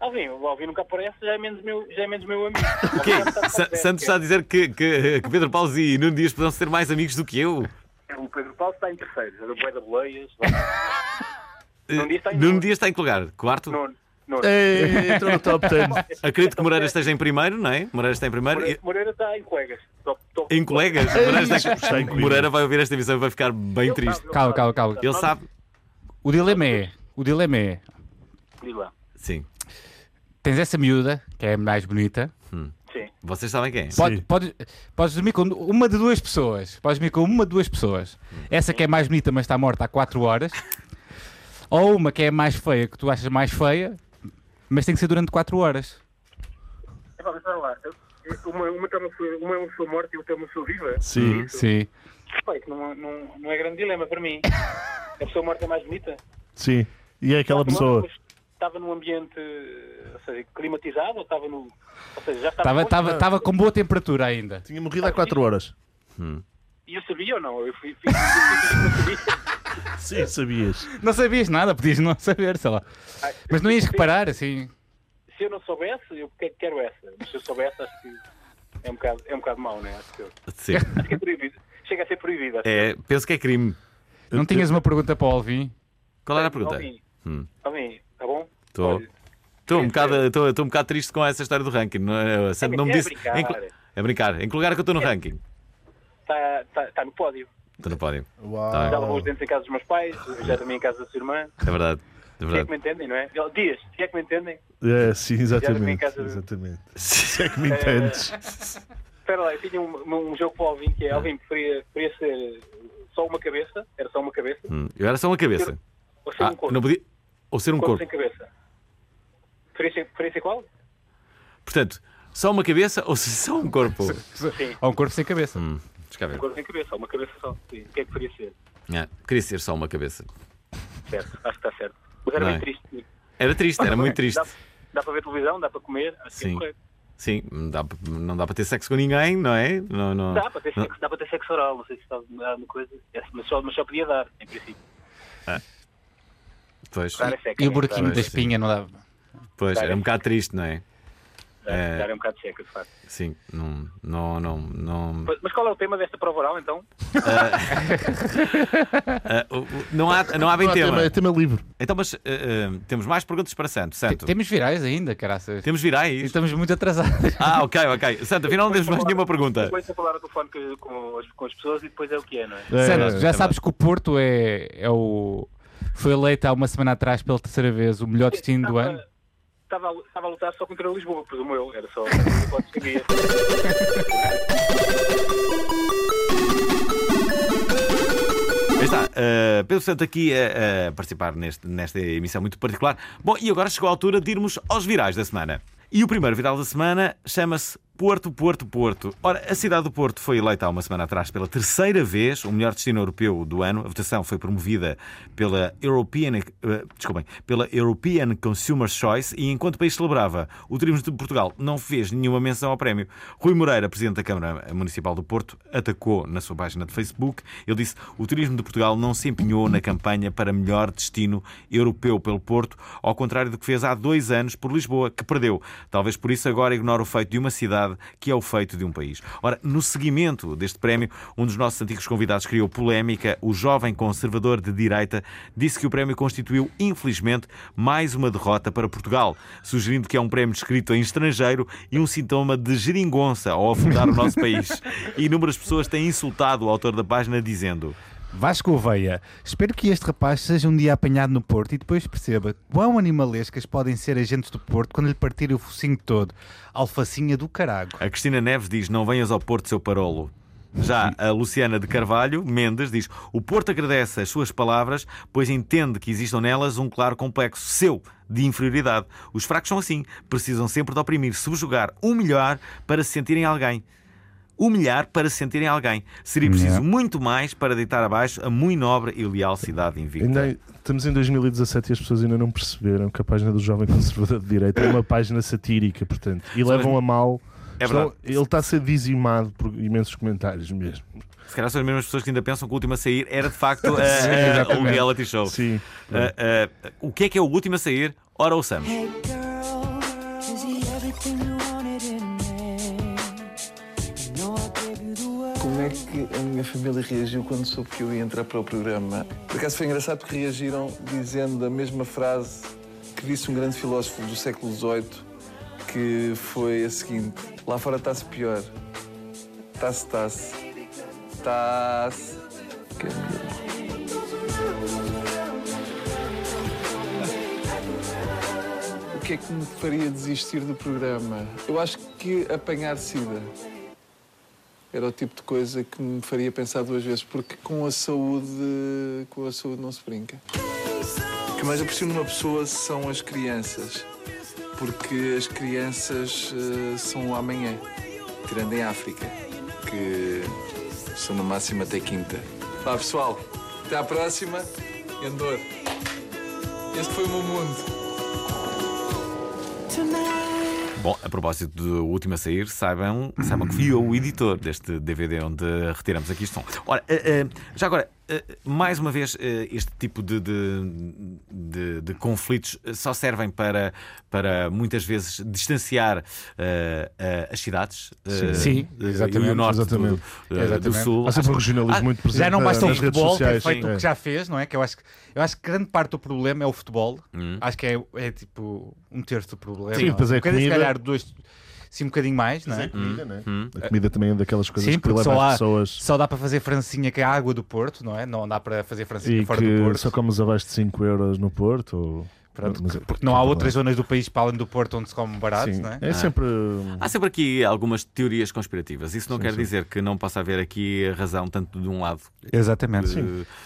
Speaker 7: Alvin, o Alvin nunca aparece, já é menos meu, já é menos meu amigo.
Speaker 1: O quê? Sa- Santos está a dizer que, que- que Pedro Paulo e Nuno Dias poderão ser mais amigos do que eu.
Speaker 7: É, O Pedro Paulo está em terceiro, era o Boé da Boleias. Nuno Dias está em
Speaker 1: Nuno
Speaker 7: nono.
Speaker 1: Dias está em que lugar? Quarto?
Speaker 7: Nono. Nono.
Speaker 4: É, Ei, Entrou no top 10.
Speaker 1: Acredito que Moreira esteja em primeiro, não é? Moreira está em primeiro. E-
Speaker 7: Moreira- Moreira está em colegas. Top, top.
Speaker 1: Em colegas. Moreira, É está em-
Speaker 4: Está incluído.
Speaker 1: Moreira vai ouvir esta emissão e vai ficar bem
Speaker 7: Ele
Speaker 1: triste.
Speaker 7: sabe, ele
Speaker 2: Calma,
Speaker 7: sabe,
Speaker 2: calma, calma.
Speaker 1: Ele sabe.
Speaker 2: O dilema é, o dilema é,
Speaker 7: Diz lá.
Speaker 1: Sim.
Speaker 2: tens essa miúda, que é a mais bonita,
Speaker 7: Sim.
Speaker 1: Vocês sabem quem é?
Speaker 2: pode, pode, podes dormir com uma de duas pessoas. Podes dormir com uma de duas pessoas. Essa que é mais bonita, mas está morta há 4 horas. Ou uma que é mais feia, que tu achas mais feia, mas tem que ser durante 4 horas.
Speaker 7: Epá, É mas olha lá. Uma, uma, tá uma, pessoa- uma é uma pessoa morta e outra é uma pessoa viva.
Speaker 4: Sim.
Speaker 2: Sim.
Speaker 7: Epá, isso não, não, não é grande dilema para mim. A pessoa morta é mais bonita.
Speaker 4: Sim. E é aquela pessoa.
Speaker 7: Mas Estava num ambiente ou seja, climatizado ou estava no. Ou seja, já estava.
Speaker 2: Estava,
Speaker 7: morto?
Speaker 2: estava, estava com boa temperatura ainda.
Speaker 4: Tinha morrido há 4 horas.
Speaker 7: E eu sabia ou não? Eu fui. fui, fui, fui, fui, fui,
Speaker 4: Sim, sabias.
Speaker 2: Não sabias nada, podias não saber, sei lá.
Speaker 7: Ai,
Speaker 2: Mas não ias
Speaker 7: se-
Speaker 2: reparar, assim.
Speaker 7: Se eu não soubesse, eu que- quero essa. Mas se eu soubesse, acho que é um bocado, é um bocado mau, né? Acho que, eu-
Speaker 1: Sim.
Speaker 7: acho que é proibido. Chega a ser proibido. acho.
Speaker 1: É, penso que é crime.
Speaker 2: Não tinhas uma pergunta para o Alvin?
Speaker 7: é
Speaker 1: Qual era a pergunta?
Speaker 7: Alvin, Alvin, tá bom?
Speaker 1: Estou
Speaker 7: Olha,
Speaker 1: estou um, bocado- estou- estou um bocado triste com essa história do ranking. Não, é? O Santo não me
Speaker 7: É
Speaker 1: disse.
Speaker 7: brincar.
Speaker 1: Em, que- é brincar. Em que lugar é que eu estou no ranking?
Speaker 7: Está tá, tá no pódio.
Speaker 1: Estou no pódio.
Speaker 7: Já
Speaker 1: Tá,
Speaker 7: lavou os dentes em casa dos meus pais, já também em casa da sua irmã.
Speaker 1: é verdade. É
Speaker 7: Se é que me
Speaker 1: verdade.
Speaker 7: entendem, não é? Ele- Dias, se é que me entendem.
Speaker 4: É, sim,
Speaker 7: dormi em
Speaker 4: exatamente.
Speaker 7: casa do-
Speaker 4: Exatamente. Se é que me entendes.
Speaker 7: Espera lá, eu tinha um, um jogo para o Alvin que é:
Speaker 1: Tá.
Speaker 7: Alvin preferia, preferia ser só uma cabeça, era só uma cabeça,
Speaker 1: Hum, Eu era só uma cabeça.
Speaker 7: ou ser um
Speaker 1: Ah,
Speaker 7: corpo?
Speaker 1: não podia... Ou ser um
Speaker 7: corpo,
Speaker 1: corpo.
Speaker 7: sem cabeça. Preferia ser, preferia ser qual?
Speaker 1: Portanto, só uma cabeça ou se- só um corpo?
Speaker 2: Ou um corpo sem cabeça?
Speaker 1: Deixa cá ver.
Speaker 7: Um Corpo sem cabeça, uma cabeça só. Sim, o que é que preferia ser?
Speaker 1: Ah, queria ser só uma cabeça.
Speaker 7: Certo, acho que está certo. Mas era
Speaker 1: Não
Speaker 7: bem
Speaker 1: é?
Speaker 7: triste.
Speaker 1: Era triste, era muito triste.
Speaker 7: Dá, dá para ver televisão, dá para comer, acho que é
Speaker 1: Sim.
Speaker 7: correto.
Speaker 1: Sim, dá pra- não dá para ter sexo com ninguém, não é? Não, não...
Speaker 7: Dá para ter sexo, dá para ter sexo oral, não sei se está a alguma coisa, É, mas só, mas só podia dar, em princípio.
Speaker 1: Pois,
Speaker 7: Dar é sexo.
Speaker 2: E o buraquinho
Speaker 1: Pois,
Speaker 2: da espinha não dava.
Speaker 1: pois, era um bocado triste, não é? É.
Speaker 7: Já é um bocado seca, de facto.
Speaker 1: Sim, não, não, não, não.
Speaker 7: Mas qual é o tema desta prova oral, então?
Speaker 1: Ah, o- o- não há, não há bem
Speaker 4: Não há
Speaker 1: tema.
Speaker 4: É tema livre.
Speaker 1: Então, mas ah, ah, temos mais perguntas para Santo. Santo,
Speaker 2: Temos virais ainda, caraças.
Speaker 1: temos virais?
Speaker 2: Estamos muito atrasados.
Speaker 1: é Ah, ok, ok. Santo, afinal não temos mais nenhuma pergunta.
Speaker 7: Depois a falar ao telefone com, com as, com as pessoas e depois é o que é, não é?
Speaker 4: É,
Speaker 2: Sandro, já
Speaker 1: é
Speaker 2: sabes que o Porto é, é o. Foi eleito há uma semana atrás pela terceira vez o melhor destino do ano.
Speaker 7: Estava, a- estava a lutar só contra Lisboa, presumo eu. Era só.
Speaker 1: Aí está, eh, Pedro Santo aqui a, a participar neste- nesta emissão muito particular. Bom, e agora chegou a altura de irmos aos virais da semana. E o primeiro viral da semana chama-se Porto, Porto, Porto. Ora, a cidade do Porto foi eleita há uma semana atrás pela terceira vez o melhor destino europeu do ano. A votação foi promovida pela European, eh, desculpem, pela European Consumer Choice e enquanto o país celebrava, o Turismo de Portugal não fez nenhuma menção ao prémio. Rui Moreira, presidente da Câmara Municipal do Porto, atacou na sua página de Facebook. Ele disse: "O Turismo de Portugal não se empenhou na campanha para melhor destino europeu pelo Porto, ao contrário do que fez há dois anos por Lisboa, que perdeu. Talvez por isso agora ignora o feito de uma cidade que é o feito de um país." Ora, no seguimento deste prémio, um dos nossos antigos convidados criou polémica. O jovem conservador de direita disse que o prémio constituiu, infelizmente, mais uma derrota para Portugal, sugerindo que é um prémio escrito em estrangeiro e um sintoma de geringonça ao afundar o nosso país. Inúmeras pessoas têm insultado o autor da página dizendo.
Speaker 2: Vasco Oveia, espero que este rapaz seja um dia apanhado no Porto e depois perceba quão animalescas podem ser agentes do Porto quando lhe partirem o focinho todo. Alfacinha do carago.
Speaker 1: A Cristina Neves diz: Não venhas ao Porto, seu parolo. Já a Luciana de Carvalho Mendes diz: O Porto agradece as suas palavras, pois entende que existam nelas um claro complexo seu de inferioridade. Os fracos são assim, precisam sempre de oprimir, subjugar, humilhar para se sentirem alguém. Humilhar para se sentirem alguém. Seria preciso muito mais para deitar abaixo a muito nobre e leal cidade invicta.
Speaker 4: Ainda, estamos em 2017 e as pessoas ainda não perceberam que a página do Jovem Conservador de Direita é uma página satírica, portanto, e levam a mal.
Speaker 1: É
Speaker 4: Estão-
Speaker 1: verdade.
Speaker 4: ele está a ser dizimado por imensos comentários mesmo.
Speaker 1: Se calhar são as mesmas pessoas que ainda pensam que o último a sair era de facto a- a- o
Speaker 2: exatamente.
Speaker 1: reality show.
Speaker 4: Sim.
Speaker 1: Ah, ah, o que é que é o último a sair? Ora, ouçamos.
Speaker 8: Hey girl, is he everything you wanted in me? You know I gave you the word.
Speaker 9: Como é que a minha família reagiu quando soube que eu ia entrar para o programa? Por acaso foi engraçado porque reagiram dizendo a mesma frase que disse um grande filósofo do século XVIII, que foi a seguinte: Lá fora está-se pior. Está-se, está-se. Está-se. Que é melhor. O que é que me faria desistir do programa? Eu acho que apanhar sida era o tipo de coisa que me faria pensar duas vezes, porque com a saúde, com a saúde não se brinca. O que mais aprecio numa pessoa são as crianças, porque as crianças eh, são o amanhã, tirando em África, que são no máximo até quinta. Vá pessoal, até à próxima e andor. Este foi o meu mundo.
Speaker 1: Bom, a propósito do último a sair, saibam, saibam que fui eu o editor deste DVD onde retiramos aqui este som. Ora, eh, eh, já agora, eh, mais uma vez, eh, este tipo de, de- de- de conflitos eh, só servem para, para muitas vezes distanciar eh, eh, as cidades eh,
Speaker 2: Sim,
Speaker 1: eh, e o
Speaker 4: exatamente,
Speaker 1: norte do-
Speaker 4: exatamente.
Speaker 1: eh, do
Speaker 2: Exatamente.
Speaker 1: sul.
Speaker 4: Há sempre um
Speaker 1: Acho-
Speaker 4: regionalismo
Speaker 1: Ah,
Speaker 4: muito presente
Speaker 2: Já não
Speaker 4: na-
Speaker 2: basta o
Speaker 4: nas redes
Speaker 2: futebol ter
Speaker 4: sociais.
Speaker 2: feito o
Speaker 4: É.
Speaker 2: que já fez, não é? Que eu acho que, eu acho que grande parte do problema é o futebol.
Speaker 1: Hum.
Speaker 2: Acho que é, é, tipo um terço do problema.
Speaker 4: Sim, pois
Speaker 2: um
Speaker 4: é
Speaker 2: bocadinho, se
Speaker 4: comida.
Speaker 2: calhar dois, sim, um bocadinho mais, não
Speaker 4: Mas
Speaker 2: é?
Speaker 4: é comida, né? A comida também é daquelas coisas
Speaker 2: Sim,
Speaker 4: que
Speaker 2: porque
Speaker 4: leva
Speaker 2: só,
Speaker 4: as
Speaker 2: há,
Speaker 4: pessoas
Speaker 2: só dá para fazer francinha que é a água do Porto, não é? Não dá para fazer francinha
Speaker 4: e
Speaker 2: É fora do
Speaker 4: que
Speaker 2: Porto.
Speaker 4: só comes abaixo de 5 euros no Porto. Ou...
Speaker 2: Pronto,
Speaker 4: Mas- é
Speaker 2: porque não há outras zonas do país para além do Porto onde se come barato,
Speaker 4: Sim,
Speaker 2: não é?
Speaker 4: é sempre.
Speaker 1: Há sempre aqui algumas teorias conspirativas. Isso não quer dizer que não possa haver aqui a razão tanto de um lado,
Speaker 2: Exatamente.
Speaker 1: eh,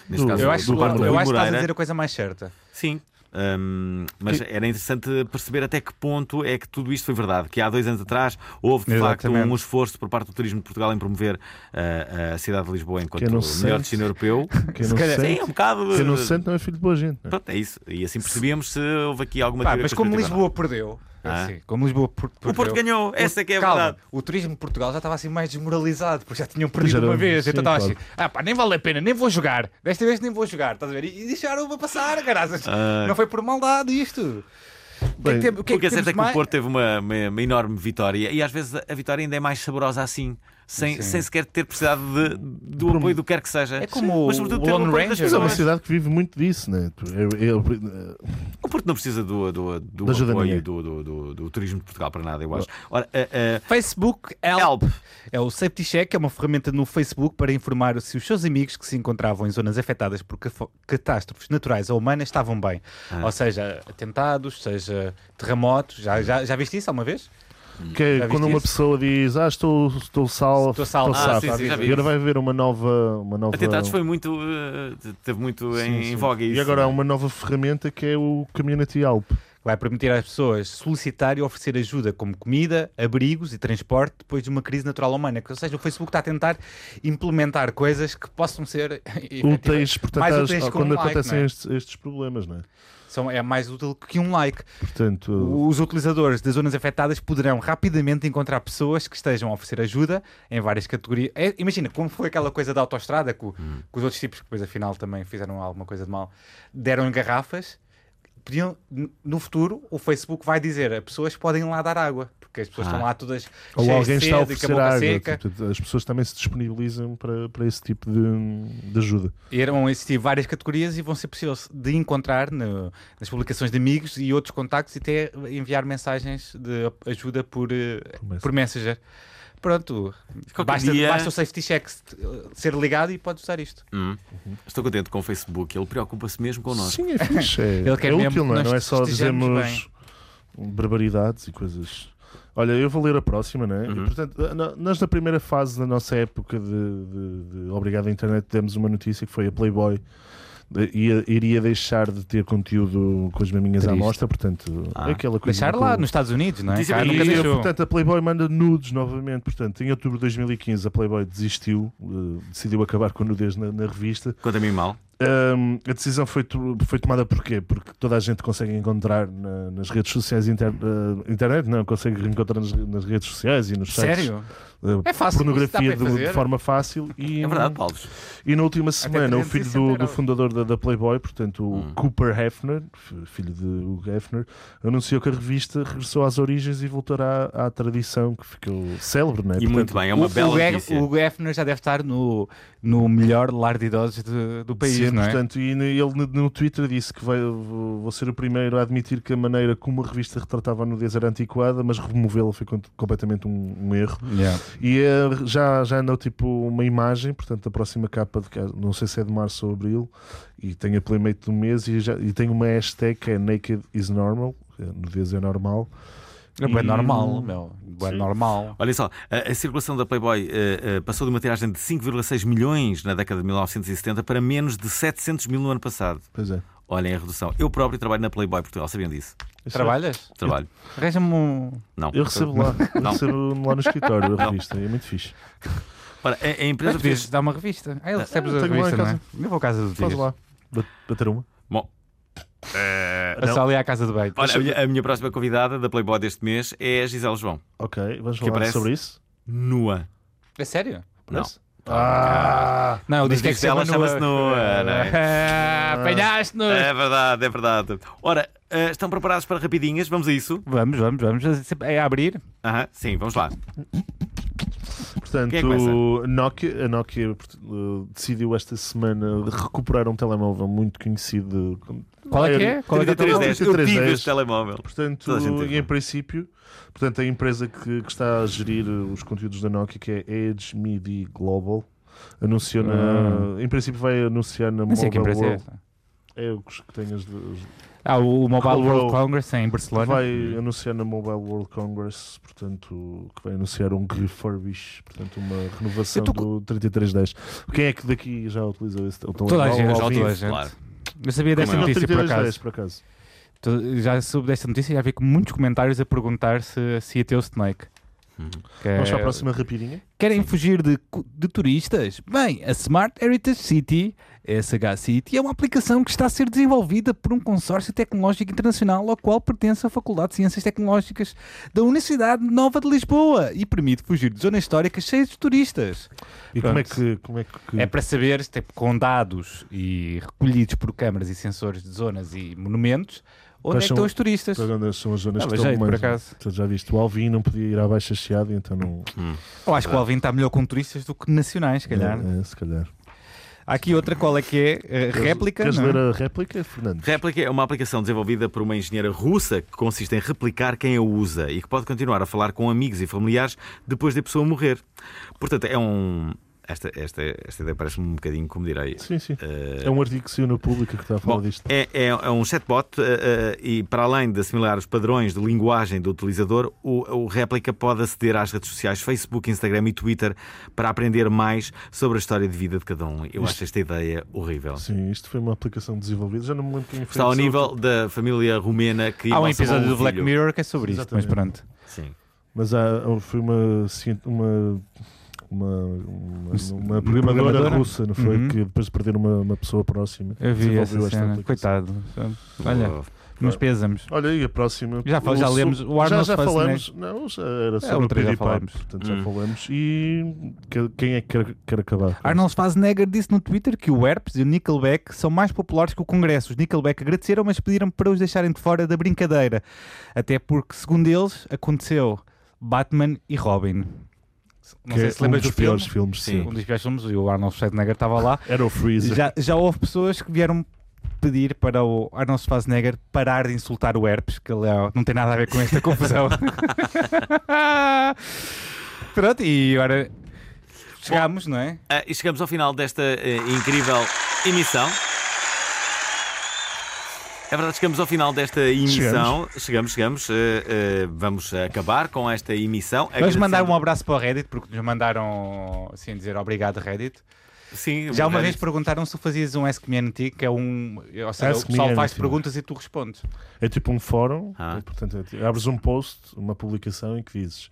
Speaker 1: neste
Speaker 4: Do-
Speaker 1: caso,
Speaker 2: Eu acho,
Speaker 1: do
Speaker 2: eu
Speaker 1: lado
Speaker 2: acho
Speaker 1: de Rui
Speaker 2: que estás a
Speaker 1: Moreira.
Speaker 2: dizer a coisa mais certa.
Speaker 1: Sim. Hum, mas era interessante perceber até que ponto é que tudo isto foi verdade. Que há dois anos atrás houve de facto
Speaker 2: Exatamente.
Speaker 1: um esforço por parte do Turismo de Portugal em promover ah, a cidade de Lisboa enquanto
Speaker 4: Quem não
Speaker 1: melhor
Speaker 4: se sente.
Speaker 1: destino europeu.
Speaker 4: Quem não
Speaker 2: calhar-
Speaker 4: se
Speaker 1: Sim, é um
Speaker 4: sente,
Speaker 1: bocado.
Speaker 4: quem não se sente não é filho de boa gente. né?
Speaker 1: Pronto, é isso. E assim percebíamos se houve aqui alguma
Speaker 2: Pá,
Speaker 1: teoria
Speaker 2: mas como
Speaker 1: conspirativa ou não.
Speaker 2: Lisboa perdeu,
Speaker 1: Ah.
Speaker 2: assim, como Lisboa per- perdeu,
Speaker 1: O Porto ganhou, essa é que é a
Speaker 2: Calma,
Speaker 1: verdade.
Speaker 2: O turismo de Portugal já estava assim mais desmoralizado, porque já tinham perdido
Speaker 4: era-
Speaker 2: uma vez.
Speaker 4: sim,
Speaker 2: então estava
Speaker 4: claro.
Speaker 2: assim, ah pá, nem vale a pena, nem vou jogar. Desta vez nem vou jogar, estás a ver? E, e deixaram-me passar, caras.
Speaker 1: Ah.
Speaker 2: Não foi por maldade isto. que é que
Speaker 4: Bem,
Speaker 2: tem- o que é
Speaker 1: O que é
Speaker 2: que temos
Speaker 1: certo é que o
Speaker 2: mais?
Speaker 1: Porto teve uma, uma- uma enorme vitória e às vezes a vitória ainda é mais saborosa assim, sem, sem sequer ter precisado de- do
Speaker 4: um
Speaker 1: apoio do que quer que seja.
Speaker 2: É como
Speaker 1: Mas,
Speaker 2: o
Speaker 1: sobretudo, ter o
Speaker 2: Lone
Speaker 1: apoio das
Speaker 4: Mas é
Speaker 1: pessoas.
Speaker 2: Ranger.
Speaker 4: uma cidade que vive muito disso, né? Tu- eu- eu-
Speaker 1: O Porto não precisa do, do, do
Speaker 4: Da
Speaker 1: apoio
Speaker 4: cidadania.
Speaker 1: do, do, do- do turismo de Portugal para nada, eu acho. Ora, a-
Speaker 2: Facebook
Speaker 1: a Help.
Speaker 2: help. É o Safety Check, é uma ferramenta no Facebook para informar se os seus amigos que se encontravam em zonas afetadas por cafo- catástrofes naturais ou humanas estavam bem. Ou seja, atentados, seja terremotos. Já, já, já viste isso alguma vez?
Speaker 4: que é
Speaker 2: Já viste
Speaker 4: quando uma
Speaker 2: isso?
Speaker 4: pessoa diz, ah, estou, estou salvo,
Speaker 2: Estou salvo.
Speaker 1: Ah, sim, sim, já vi
Speaker 4: e agora vai haver uma nova. Uma nova...
Speaker 1: Atentados foi muito. eh, teve muito
Speaker 4: Sim,
Speaker 1: tá em,
Speaker 4: sim.
Speaker 1: em voga isso.
Speaker 4: E agora há um-
Speaker 1: não é?
Speaker 4: uma nova ferramenta que é o Community Help.
Speaker 2: Vai permitir às pessoas solicitar e oferecer ajuda como comida, abrigos e transporte depois de uma crise natural humana. Ou seja, o Facebook está a tentar implementar coisas que possam ser efetivas.
Speaker 4: Úteis, portanto,
Speaker 2: mais
Speaker 4: às-
Speaker 2: úteis que um
Speaker 4: quando
Speaker 2: like,
Speaker 4: acontecem
Speaker 2: não é?
Speaker 4: estes, estes problemas, não é?
Speaker 2: São, é mais útil que um like.
Speaker 4: Portanto,
Speaker 2: Os utilizadores das zonas afetadas poderão rapidamente encontrar pessoas que estejam a oferecer ajuda em várias categorias. É, imagina, como foi aquela coisa da autoestrada que, o-
Speaker 4: Hum.
Speaker 2: que os outros tipos, que depois afinal também fizeram alguma coisa de mal, deram em garrafas. Podiam, n- no futuro, o Facebook vai dizer a pessoas podem lá dar água, porque as pessoas
Speaker 1: Ah.
Speaker 2: estão lá todas
Speaker 4: ou
Speaker 2: cheias
Speaker 4: alguém
Speaker 2: de sede é e com
Speaker 4: está a
Speaker 2: a
Speaker 4: oferecer
Speaker 2: boca
Speaker 4: água.
Speaker 2: seca.
Speaker 4: Portanto, as pessoas também se disponibilizam para, para esse tipo de, de ajuda.
Speaker 2: Irão existir várias categorias e vão ser possíveis de encontrar no- nas publicações de amigos e outros contactos e até enviar mensagens de ajuda por, eh,
Speaker 4: Messenger.
Speaker 2: por Messenger. Pronto,
Speaker 1: Qualquer
Speaker 2: basta,
Speaker 1: dia-
Speaker 2: basta o safety check se- eh, ser ligado e pode usar
Speaker 1: Uhum.
Speaker 2: isto.
Speaker 1: Estou contente com o Facebook, ele preocupa-se mesmo connosco.
Speaker 4: Sim, é fixe. É,
Speaker 2: Ele quer
Speaker 4: é
Speaker 2: mesmo
Speaker 4: útil, não é?
Speaker 2: que nós
Speaker 4: Não é só
Speaker 2: estejamos
Speaker 4: dizermos barbaridades e coisas. Olha, eu vou ler a próxima, não é? E, portanto, na- nós na primeira fase da nossa época de, de- de Obrigado à Internet demos uma notícia que foi a Playboy de- ia- iria deixar de ter conteúdo com as maminhas à
Speaker 2: Triste.
Speaker 4: mostra, portanto,
Speaker 1: Ah.
Speaker 4: aquela coisa.
Speaker 2: Deixar
Speaker 4: que
Speaker 2: lá
Speaker 4: eu-
Speaker 2: nos Estados Unidos, não é?
Speaker 1: Dizem
Speaker 2: Cá
Speaker 1: que-
Speaker 2: nunca
Speaker 4: e,
Speaker 2: deixou.
Speaker 4: portanto, a Playboy manda nudes novamente. Portanto, em outubro de 2015, a Playboy desistiu, eh, decidiu acabar com a nudez na- na revista.
Speaker 1: Conta-me mal.
Speaker 4: Hum, a decisão foi, to- foi tomada porquê? Porque toda a gente consegue encontrar na- nas redes sociais inter- eh, internet, não, consegue encontrar nas, nas redes sociais e nos sites
Speaker 2: Sério?
Speaker 4: eh,
Speaker 2: É fácil,
Speaker 4: pornografia
Speaker 2: isso dá para
Speaker 4: de, de
Speaker 2: fazer.
Speaker 4: forma fácil e,
Speaker 1: É verdade, Paulo.
Speaker 4: e na última semana o filho
Speaker 2: 360
Speaker 4: do, do
Speaker 2: euros.
Speaker 4: fundador da, da Playboy, portanto o
Speaker 1: Hum.
Speaker 4: Cooper Hefner, f- filho de Hugh Hefner, anunciou que a revista regressou às origens e voltará à tradição que ficou célebre, né?
Speaker 1: E muito bem, é uma
Speaker 2: o,
Speaker 1: bela
Speaker 2: o, Gre-
Speaker 1: notícia.
Speaker 2: o Hefner já deve estar no, no melhor lar de idosos de- do
Speaker 1: um
Speaker 2: país,
Speaker 4: Sim,
Speaker 2: não é?
Speaker 4: portanto, e ne- ele no- no Twitter disse que vai, vou, vou ser o primeiro a admitir que a maneira como a revista retratava a nudez era antiquada, mas removê-la foi cont- completamente um, um erro.
Speaker 2: Yeah.
Speaker 4: E eh, já, já andou tipo uma imagem, portanto, da próxima capa, de, ca- não sei se é de março ou abril, e tem a playmate do mês e, já, e tem uma hashtag que é Naked is Normal, que é nudez é normal.
Speaker 2: É bué
Speaker 1: Hum.
Speaker 4: E-
Speaker 2: normal, meu. É normal.
Speaker 1: Olha só, a, a circulação da Playboy eh, eh, passou de uma tiragem de 5,6 milhões na década de 1970 para menos de 700 mil no ano passado.
Speaker 4: Pois é.
Speaker 1: Olhem a redução. Eu próprio trabalho na Playboy Portugal, sabiam disso?
Speaker 2: Trabalhas?
Speaker 1: Trabalho.
Speaker 2: Arranja-me um.
Speaker 1: Não.
Speaker 4: Eu recebo lá, eu
Speaker 1: Não.
Speaker 4: recebo lá no escritório a revista, é muito fixe.
Speaker 1: Ora, a,
Speaker 4: É
Speaker 1: a
Speaker 2: Mas
Speaker 1: empresa
Speaker 2: podias
Speaker 1: fez.
Speaker 2: dar uma revista. Ah, ele recebe a
Speaker 4: tenho lá em
Speaker 2: revista, não é?
Speaker 4: casa.
Speaker 2: Eu vou à casa do
Speaker 4: Faz
Speaker 2: Dias.
Speaker 4: lá, Bat- bater uma.
Speaker 1: Bom, eh,
Speaker 2: Passa ali à casa de bait.
Speaker 1: olha, a minha, a minha próxima convidada da Playboy deste mês é a Gisele João.
Speaker 4: Ok, vamos
Speaker 1: Que
Speaker 4: falar
Speaker 1: parece-
Speaker 4: sobre isso.
Speaker 1: Nua.
Speaker 2: É sério?
Speaker 1: Não.
Speaker 4: Parece? Ah!
Speaker 2: Não, ele
Speaker 1: Mas
Speaker 2: diz que é que
Speaker 1: diz ela, chama-se Noa, não é?
Speaker 2: Ah, Apanhaste-nos!
Speaker 1: É verdade, é verdade. Ora, eh, estão preparados para rapidinhas? Vamos a isso?
Speaker 2: Vamos, vamos, vamos. É abrir.
Speaker 1: Aham, sim, vamos lá.
Speaker 4: Portanto,
Speaker 1: Quem é que começa?
Speaker 4: Nokia, a Nokia port- eh, decidiu esta semana recuperar um telemóvel muito conhecido.
Speaker 2: Qual é que é? Qual é que é o
Speaker 1: 3310. Eu
Speaker 4: 3310.
Speaker 1: tive este telemóvel.
Speaker 4: Portanto,
Speaker 1: Toda a gente teve. é?
Speaker 4: e em princípio, portanto, a empresa que, que está a gerir os conteúdos da Nokia, que é Edge Media Global, anunciou
Speaker 1: Ah.
Speaker 4: na, em princípio vai anunciar na
Speaker 2: Não sei
Speaker 4: Mobile
Speaker 2: que empresa é
Speaker 4: World.
Speaker 2: essa.
Speaker 4: É os que têm as, as-
Speaker 2: Ah, o o Mobile
Speaker 4: Comprou.
Speaker 2: World Congress em Barcelona.
Speaker 4: Vai anunciar na Mobile World Congress, portanto, que vai anunciar um refurbish, portanto, uma renovação
Speaker 2: Eu tô
Speaker 4: do 3310. Quem é que daqui já utilizou esse tel-
Speaker 2: Toda a
Speaker 4: telemóvel
Speaker 2: gente,
Speaker 4: ao
Speaker 2: já
Speaker 4: vivo?
Speaker 2: toda a gente.
Speaker 1: Claro.
Speaker 2: Eu sabia desta
Speaker 1: Como é?
Speaker 2: notícia, por
Speaker 4: 3310,
Speaker 2: acaso.
Speaker 4: por acaso.
Speaker 2: Tu- Já soube desta notícia e já vi com muitos comentários a perguntar se, se ia ter o Snake. Que é-
Speaker 4: Vamos para a próxima rapidinha.
Speaker 2: Querem fugir de, cu- de turistas? Bem, a Smart Heritage City SHCIT, e é uma aplicação que está a ser desenvolvida por um consórcio tecnológico internacional ao qual pertence a Faculdade de Ciências Tecnológicas da Universidade Nova de Lisboa e permite fugir de zonas históricas cheias de turistas.
Speaker 4: E como é que. Como é que...
Speaker 2: É para saber, tipo, com dados e recolhidos por câmaras e sensores de zonas e monumentos, onde
Speaker 4: Quais
Speaker 2: é que
Speaker 4: são-
Speaker 2: estão os turistas.
Speaker 4: para onde são as zonas
Speaker 2: Ah,
Speaker 4: que
Speaker 2: mas
Speaker 4: estão
Speaker 2: jeito, por
Speaker 4: mais-
Speaker 2: acaso.
Speaker 4: Tu já viste, o Alvin não podia ir à Baixa Chiada, então não.
Speaker 2: Eu acho que o Alvin está melhor com turistas do que nacionais, se calhar.
Speaker 4: É, é, se calhar.
Speaker 2: Há aqui outra, qual é que é? Eh, réplica?
Speaker 4: Queres
Speaker 2: não é?
Speaker 4: ler a réplica, Fernando?
Speaker 1: Réplica é uma aplicação desenvolvida por uma engenheira russa que consiste em replicar quem a usa e que pode continuar a falar com amigos e familiares depois da pessoa morrer. Portanto, é um. Esta, esta, esta ideia parece-me um bocadinho, como direi.
Speaker 4: Sim, sim.
Speaker 1: eh,
Speaker 4: É um artigo que saiu no público que está a falar
Speaker 1: Bom,
Speaker 4: disto.
Speaker 1: É, é- é um chatbot eh, eh, e, para além de assimilar os padrões de linguagem do utilizador, o, o réplica pode aceder às redes sociais Facebook, Instagram e Twitter para aprender mais sobre a história de vida de cada um. Eu acho esta ideia horrível.
Speaker 4: Sim, isto foi uma aplicação desenvolvida. Já não me lembro quem foi.
Speaker 1: Está ao
Speaker 4: Essa
Speaker 1: nível da família rumena que
Speaker 2: Há um
Speaker 1: lançou
Speaker 2: episódio
Speaker 1: filho.
Speaker 2: do Black Mirror que é sobre isto, mas
Speaker 4: Exatamente.
Speaker 2: pronto.
Speaker 1: Sim.
Speaker 4: Mas há, foi uma, cien- uma, uma, uma,
Speaker 2: programadora?
Speaker 4: uma programadora russa, não foi?
Speaker 2: Uhum.
Speaker 4: Que depois de perder uma, uma pessoa próxima,
Speaker 2: Eu vi
Speaker 4: desenvolveu
Speaker 2: essa
Speaker 4: esta
Speaker 2: cena.
Speaker 4: aplicação.
Speaker 2: Coitado. Olha,
Speaker 1: Oh,
Speaker 2: meus pésamos.
Speaker 4: Olha, e a próxima?
Speaker 2: Já fal-
Speaker 4: O
Speaker 2: já
Speaker 4: su-
Speaker 2: lemos o Arnold
Speaker 4: Já, já
Speaker 2: Schwarzenegger.
Speaker 4: falamos. Não, já era
Speaker 2: É,
Speaker 4: sobre o
Speaker 2: outra já
Speaker 4: PewDiePie,
Speaker 2: falámos.
Speaker 4: portanto já
Speaker 1: Hum.
Speaker 4: falamos. E que- quem é que quer, quer acabar?
Speaker 2: Arnold Schwarzenegger disse no Twitter que o Herpes e o Nickelback são mais populares que o Congresso. Os Nickelback agradeceram, mas pediram para os deixarem de fora da brincadeira. Até porque, segundo eles, aconteceu Batman e Robin. Não
Speaker 4: Que
Speaker 2: sei
Speaker 4: é
Speaker 2: se lembras
Speaker 4: um dos
Speaker 2: do filme.
Speaker 4: piores filmes, sim.
Speaker 2: Um dos piores filmes, e o Arnold Schwarzenegger estava lá.
Speaker 4: Era o Freezer.
Speaker 2: Já, já houve pessoas que vieram pedir para o Arnold Schwarzenegger parar de insultar o herpes, que ele é- não tem nada a ver com esta confusão. Pronto, e agora chegámos, não é?
Speaker 1: ah, e chegamos ao final desta eh, incrível emissão. É verdade, chegamos ao final desta emissão. Chegamos, chegamos. eh, eh, vamos acabar com esta emissão.
Speaker 2: Vamos mandar
Speaker 1: Agradecendo-
Speaker 2: um abraço para o Reddit, porque nos mandaram assim dizer obrigado, Reddit.
Speaker 1: Sim,
Speaker 2: Já uma
Speaker 1: Reddit.
Speaker 2: vez perguntaram se tu fazias um Ask Me Anything, que é um. Ou seja,
Speaker 4: Ask
Speaker 2: o pessoal
Speaker 4: Me
Speaker 2: faz
Speaker 4: Anything.
Speaker 2: perguntas e tu respondes.
Speaker 4: É tipo um fórum,
Speaker 1: Ah.
Speaker 4: e, portanto, é tipo- abres um post, uma publicação em que dizes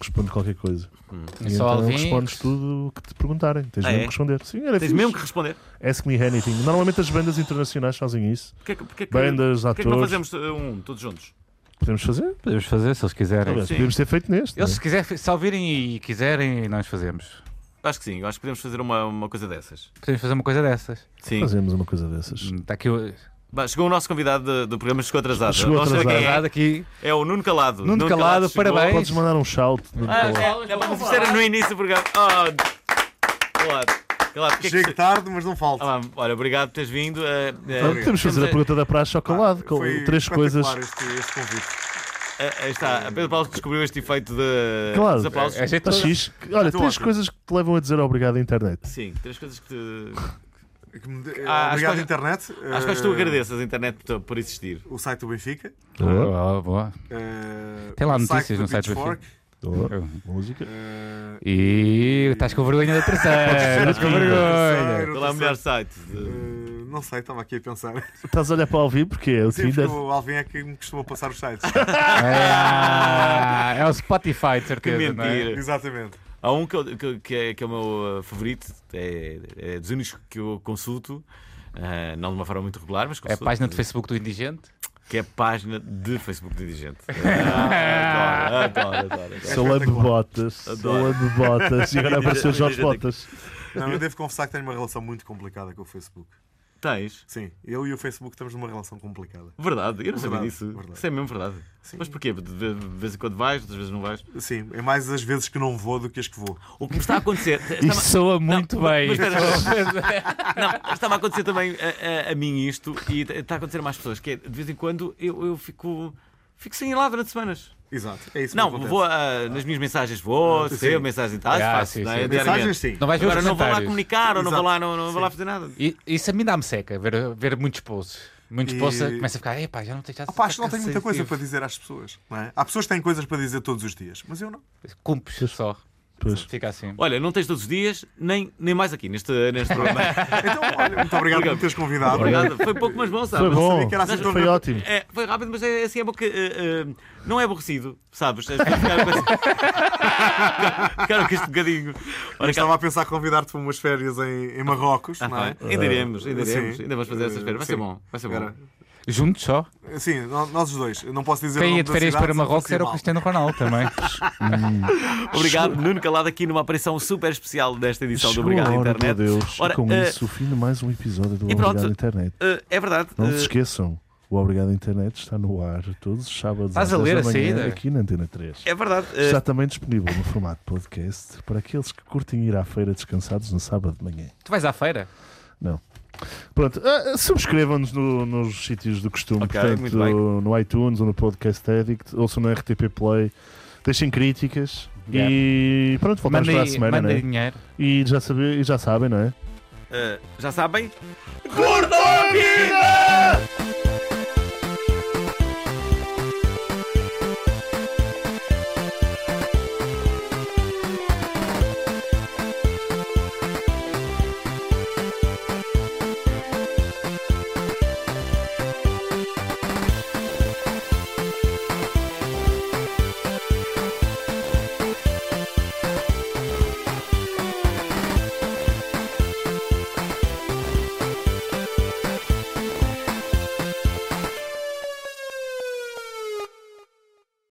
Speaker 4: responde qualquer coisa. E
Speaker 2: É
Speaker 4: então
Speaker 2: só Alvin.
Speaker 4: respondes tudo o que te perguntarem. Tens
Speaker 1: Hum. Ah, é?
Speaker 4: mesmo que responder. Sim, era
Speaker 1: Tens
Speaker 4: fixe.
Speaker 1: mesmo que responder.
Speaker 4: Ask me anything. Normalmente as bandas internacionais fazem isso.
Speaker 1: Porquê que, porquê que,
Speaker 4: Bandas,
Speaker 1: porquê que não
Speaker 4: atores.
Speaker 1: fazemos eh, um todos juntos?
Speaker 4: Podemos fazer?
Speaker 2: Podemos fazer se eles quiserem.
Speaker 4: Aliás,
Speaker 1: sim.
Speaker 4: podemos ter feito
Speaker 2: Eles,
Speaker 4: neste. não é?
Speaker 2: se, quiser, se ouvirem e quiserem, nós fazemos.
Speaker 1: Acho que sim, acho que podemos fazer uma, uma coisa dessas.
Speaker 2: Podemos fazer uma coisa dessas.
Speaker 1: Sim.
Speaker 4: é? Fazemos uma coisa dessas.
Speaker 2: Está aqui o.
Speaker 1: Bah, Chegou o nosso convidado de- do programa, chegou atrasado.
Speaker 4: Chegou
Speaker 1: Não sei
Speaker 4: atrasado.
Speaker 1: quem
Speaker 2: Obrigado aqui.
Speaker 1: É, é o Nuno Calado.
Speaker 2: Nuno Calado,
Speaker 1: chegou.
Speaker 2: parabéns.
Speaker 4: Podes mandar um shout. no-
Speaker 1: Ah, é, é, mas isto era no início do programa. Oh, calado, calado. porque é que
Speaker 10: Chego
Speaker 1: se-
Speaker 10: tarde, mas não falta.
Speaker 1: Ah, olha, obrigado por teres vindo. eh, eh,
Speaker 2: é,
Speaker 4: Podemos
Speaker 1: temos
Speaker 4: fazer a
Speaker 1: a-
Speaker 4: pergunta da praxe chocolado com
Speaker 10: Ah, Foi
Speaker 4: três coisas.
Speaker 10: espetacular Este, este convite.
Speaker 1: Ah, aí está, a Pedro Paulo descobriu este efeito de...
Speaker 4: Claro.
Speaker 1: dos aplausos.
Speaker 2: É jeito
Speaker 4: Tá fixe. Olha,
Speaker 10: Tô
Speaker 4: três
Speaker 10: ótimo.
Speaker 4: coisas que te levam a dizer obrigado à internet.
Speaker 1: Sim, três coisas que te...
Speaker 10: Que me de-
Speaker 1: Ah, acho
Speaker 10: Eh, Obrigado,
Speaker 1: que-
Speaker 10: internet.
Speaker 1: Às quais tu
Speaker 10: Eh,
Speaker 1: agradeças a internet por, por existir.
Speaker 10: O site do Benfica.
Speaker 2: Boa, boa.
Speaker 10: eh,
Speaker 2: Tem lá
Speaker 10: o
Speaker 2: notícias
Speaker 10: do
Speaker 2: no site do
Speaker 10: Pitchfork,
Speaker 4: Boa. Música.
Speaker 10: eh,
Speaker 2: E estás com vergonha da terceira. Estás com vergonha.
Speaker 10: terceiro,
Speaker 1: Qual é o melhor
Speaker 10: terceiro.
Speaker 1: site? de-
Speaker 10: Eh, Não sei, estava aqui a pensar.
Speaker 4: Estás a olhar para o Alvin porque é o
Speaker 10: Sim, porque
Speaker 4: Tinder.
Speaker 10: o Alvin é que me costuma passar os sites.
Speaker 2: Ah, é o Spotify, de certeza.
Speaker 1: Que
Speaker 2: não é?
Speaker 1: mentira.
Speaker 10: Exatamente.
Speaker 1: Há um que, eu- que- que é, que é o meu eh, favorito, é, é dos únicos que eu consulto, eh, não de uma forma muito regular, mas
Speaker 2: É a
Speaker 1: consulto.
Speaker 2: página do Facebook do Indigente?
Speaker 1: Que é a página de Facebook de Indigente. Ah, adoro, adoro, adoro. adoro.
Speaker 4: Salame de botas.
Speaker 1: Adoro.
Speaker 4: Salame de botas. E agora apareceu Jorge Botas.
Speaker 10: Não, eu devo confessar que tenho uma relação muito complicada com o Facebook.
Speaker 1: Tens?
Speaker 10: Sim, eu e o Facebook estamos numa relação complicada.
Speaker 1: Verdade, eu não sabia
Speaker 10: Verdade,
Speaker 1: disso.
Speaker 10: verdade.
Speaker 1: Isso é mesmo verdade.
Speaker 10: Sim.
Speaker 1: Mas porquê? De, de- de vez em quando vais, outras vezes não vais.
Speaker 10: Sim, é mais as vezes que não vou do que as que vou.
Speaker 1: O que me está a acontecer. está-me-
Speaker 2: Isto soa muito bem.
Speaker 1: mas espera.
Speaker 2: Soa-
Speaker 1: Não, estava a acontecer também a, a- a mim isto e está a acontecer a mais pessoas, que é, de vez em quando eu, eu fico. Fico sem ir lá durante semanas.
Speaker 10: Exato, é isso
Speaker 1: não,
Speaker 10: que acontece.
Speaker 1: vou ah, nas minhas mensagens, vou, sei, a mensagem está,
Speaker 2: Ah,
Speaker 1: faço,
Speaker 2: sim,
Speaker 1: não é?
Speaker 2: sim.
Speaker 1: Diariamente.
Speaker 10: Mensagens sim.
Speaker 2: Não vais ver
Speaker 1: Agora
Speaker 2: os
Speaker 1: não vou lá
Speaker 2: comentários.
Speaker 1: comunicar ou não vou
Speaker 10: Exato.
Speaker 1: lá, não, não vou lá fazer nada.
Speaker 2: I- Isso a mim dá-me seca, ver, ver muitos posts. Muitos
Speaker 10: E-
Speaker 2: posts começa a ficar, epá, já não tenho já
Speaker 10: Ah, pá, acho que não
Speaker 2: está
Speaker 10: tenho muita coisa para
Speaker 2: cansativo."
Speaker 10: dizer às pessoas. Não é? Há pessoas que têm coisas para dizer todos os dias, mas eu não.
Speaker 2: Cumpres só.
Speaker 4: Pois.
Speaker 3: Fica assim.
Speaker 1: Olha, não tens todos os dias, nem, nem mais aqui neste, neste programa.
Speaker 10: Então, olha, muito obrigado por me teres convidado.
Speaker 1: Ah, Obrigado. Foi pouco, mas bom,
Speaker 4: Foi
Speaker 1: sabes?
Speaker 4: bom,
Speaker 10: que era assim tão
Speaker 4: foi
Speaker 10: rápido.
Speaker 4: ótimo.
Speaker 1: É, foi rápido, mas é assim é bom que eh, eh, não é aborrecido, sabes? As pessoas Ficaram com esse- ficaram com este bocadinho. Ora,
Speaker 10: Eu
Speaker 1: cá, Ah, tá
Speaker 10: estava a pensar convidar-te para umas férias em, em Marrocos, não é?
Speaker 1: ainda iremos, ainda iremos,
Speaker 10: Sim.
Speaker 1: ainda vamos fazer essas férias. Vai ser
Speaker 10: Sim.
Speaker 1: bom, vai ser bom.
Speaker 10: Era-
Speaker 3: Juntos só.
Speaker 10: Sim, no- nós os dois. Eu não posso dizer o
Speaker 3: Quem
Speaker 2: é
Speaker 10: nome
Speaker 3: ia de
Speaker 10: da
Speaker 3: férias
Speaker 10: cidade,
Speaker 3: para
Speaker 10: senão
Speaker 3: Marrocos
Speaker 10: parecia
Speaker 3: era o
Speaker 10: mal.
Speaker 3: Cristiano Ronaldo também.
Speaker 1: Obrigado, Nuno Calado, aqui numa aparição super especial desta edição Então, do
Speaker 4: Chegou
Speaker 1: Obrigado
Speaker 4: a hora,
Speaker 1: Internet.
Speaker 4: meu Deus.
Speaker 1: Ora,
Speaker 4: e com
Speaker 1: eh,
Speaker 4: isso, o fim de mais um episódio do
Speaker 1: e pronto.
Speaker 4: Obrigado Internet.
Speaker 1: eh, é verdade.
Speaker 4: Não
Speaker 1: eh,
Speaker 4: se esqueçam, o Obrigado Internet está no ar todos os sábados
Speaker 3: Estás
Speaker 4: às
Speaker 3: a
Speaker 4: 10
Speaker 3: ler
Speaker 4: da
Speaker 3: a
Speaker 4: manhã,
Speaker 3: saída?
Speaker 4: aqui na Antena 3.
Speaker 1: é verdade. eh,
Speaker 4: Está também disponível no formato podcast para aqueles que curtem ir à feira descansados no sábado de manhã.
Speaker 3: tu vais à feira?
Speaker 4: Pronto, ah, ah, subscrevam-nos no- nos sítios do costume,
Speaker 1: Ok,
Speaker 4: portanto,
Speaker 1: muito bem.
Speaker 4: no iTunes ou no Podcast Addict, ouçam no RTP Play, deixem críticas
Speaker 3: Yeah.
Speaker 4: e pronto, voltamos para a
Speaker 3: Mandem,
Speaker 4: semana,
Speaker 2: é?
Speaker 3: mandem
Speaker 4: né?
Speaker 3: dinheiro.
Speaker 4: E já, sabe, e já sabem, não é?
Speaker 1: eh, já sabem?
Speaker 4: Curtam a vida!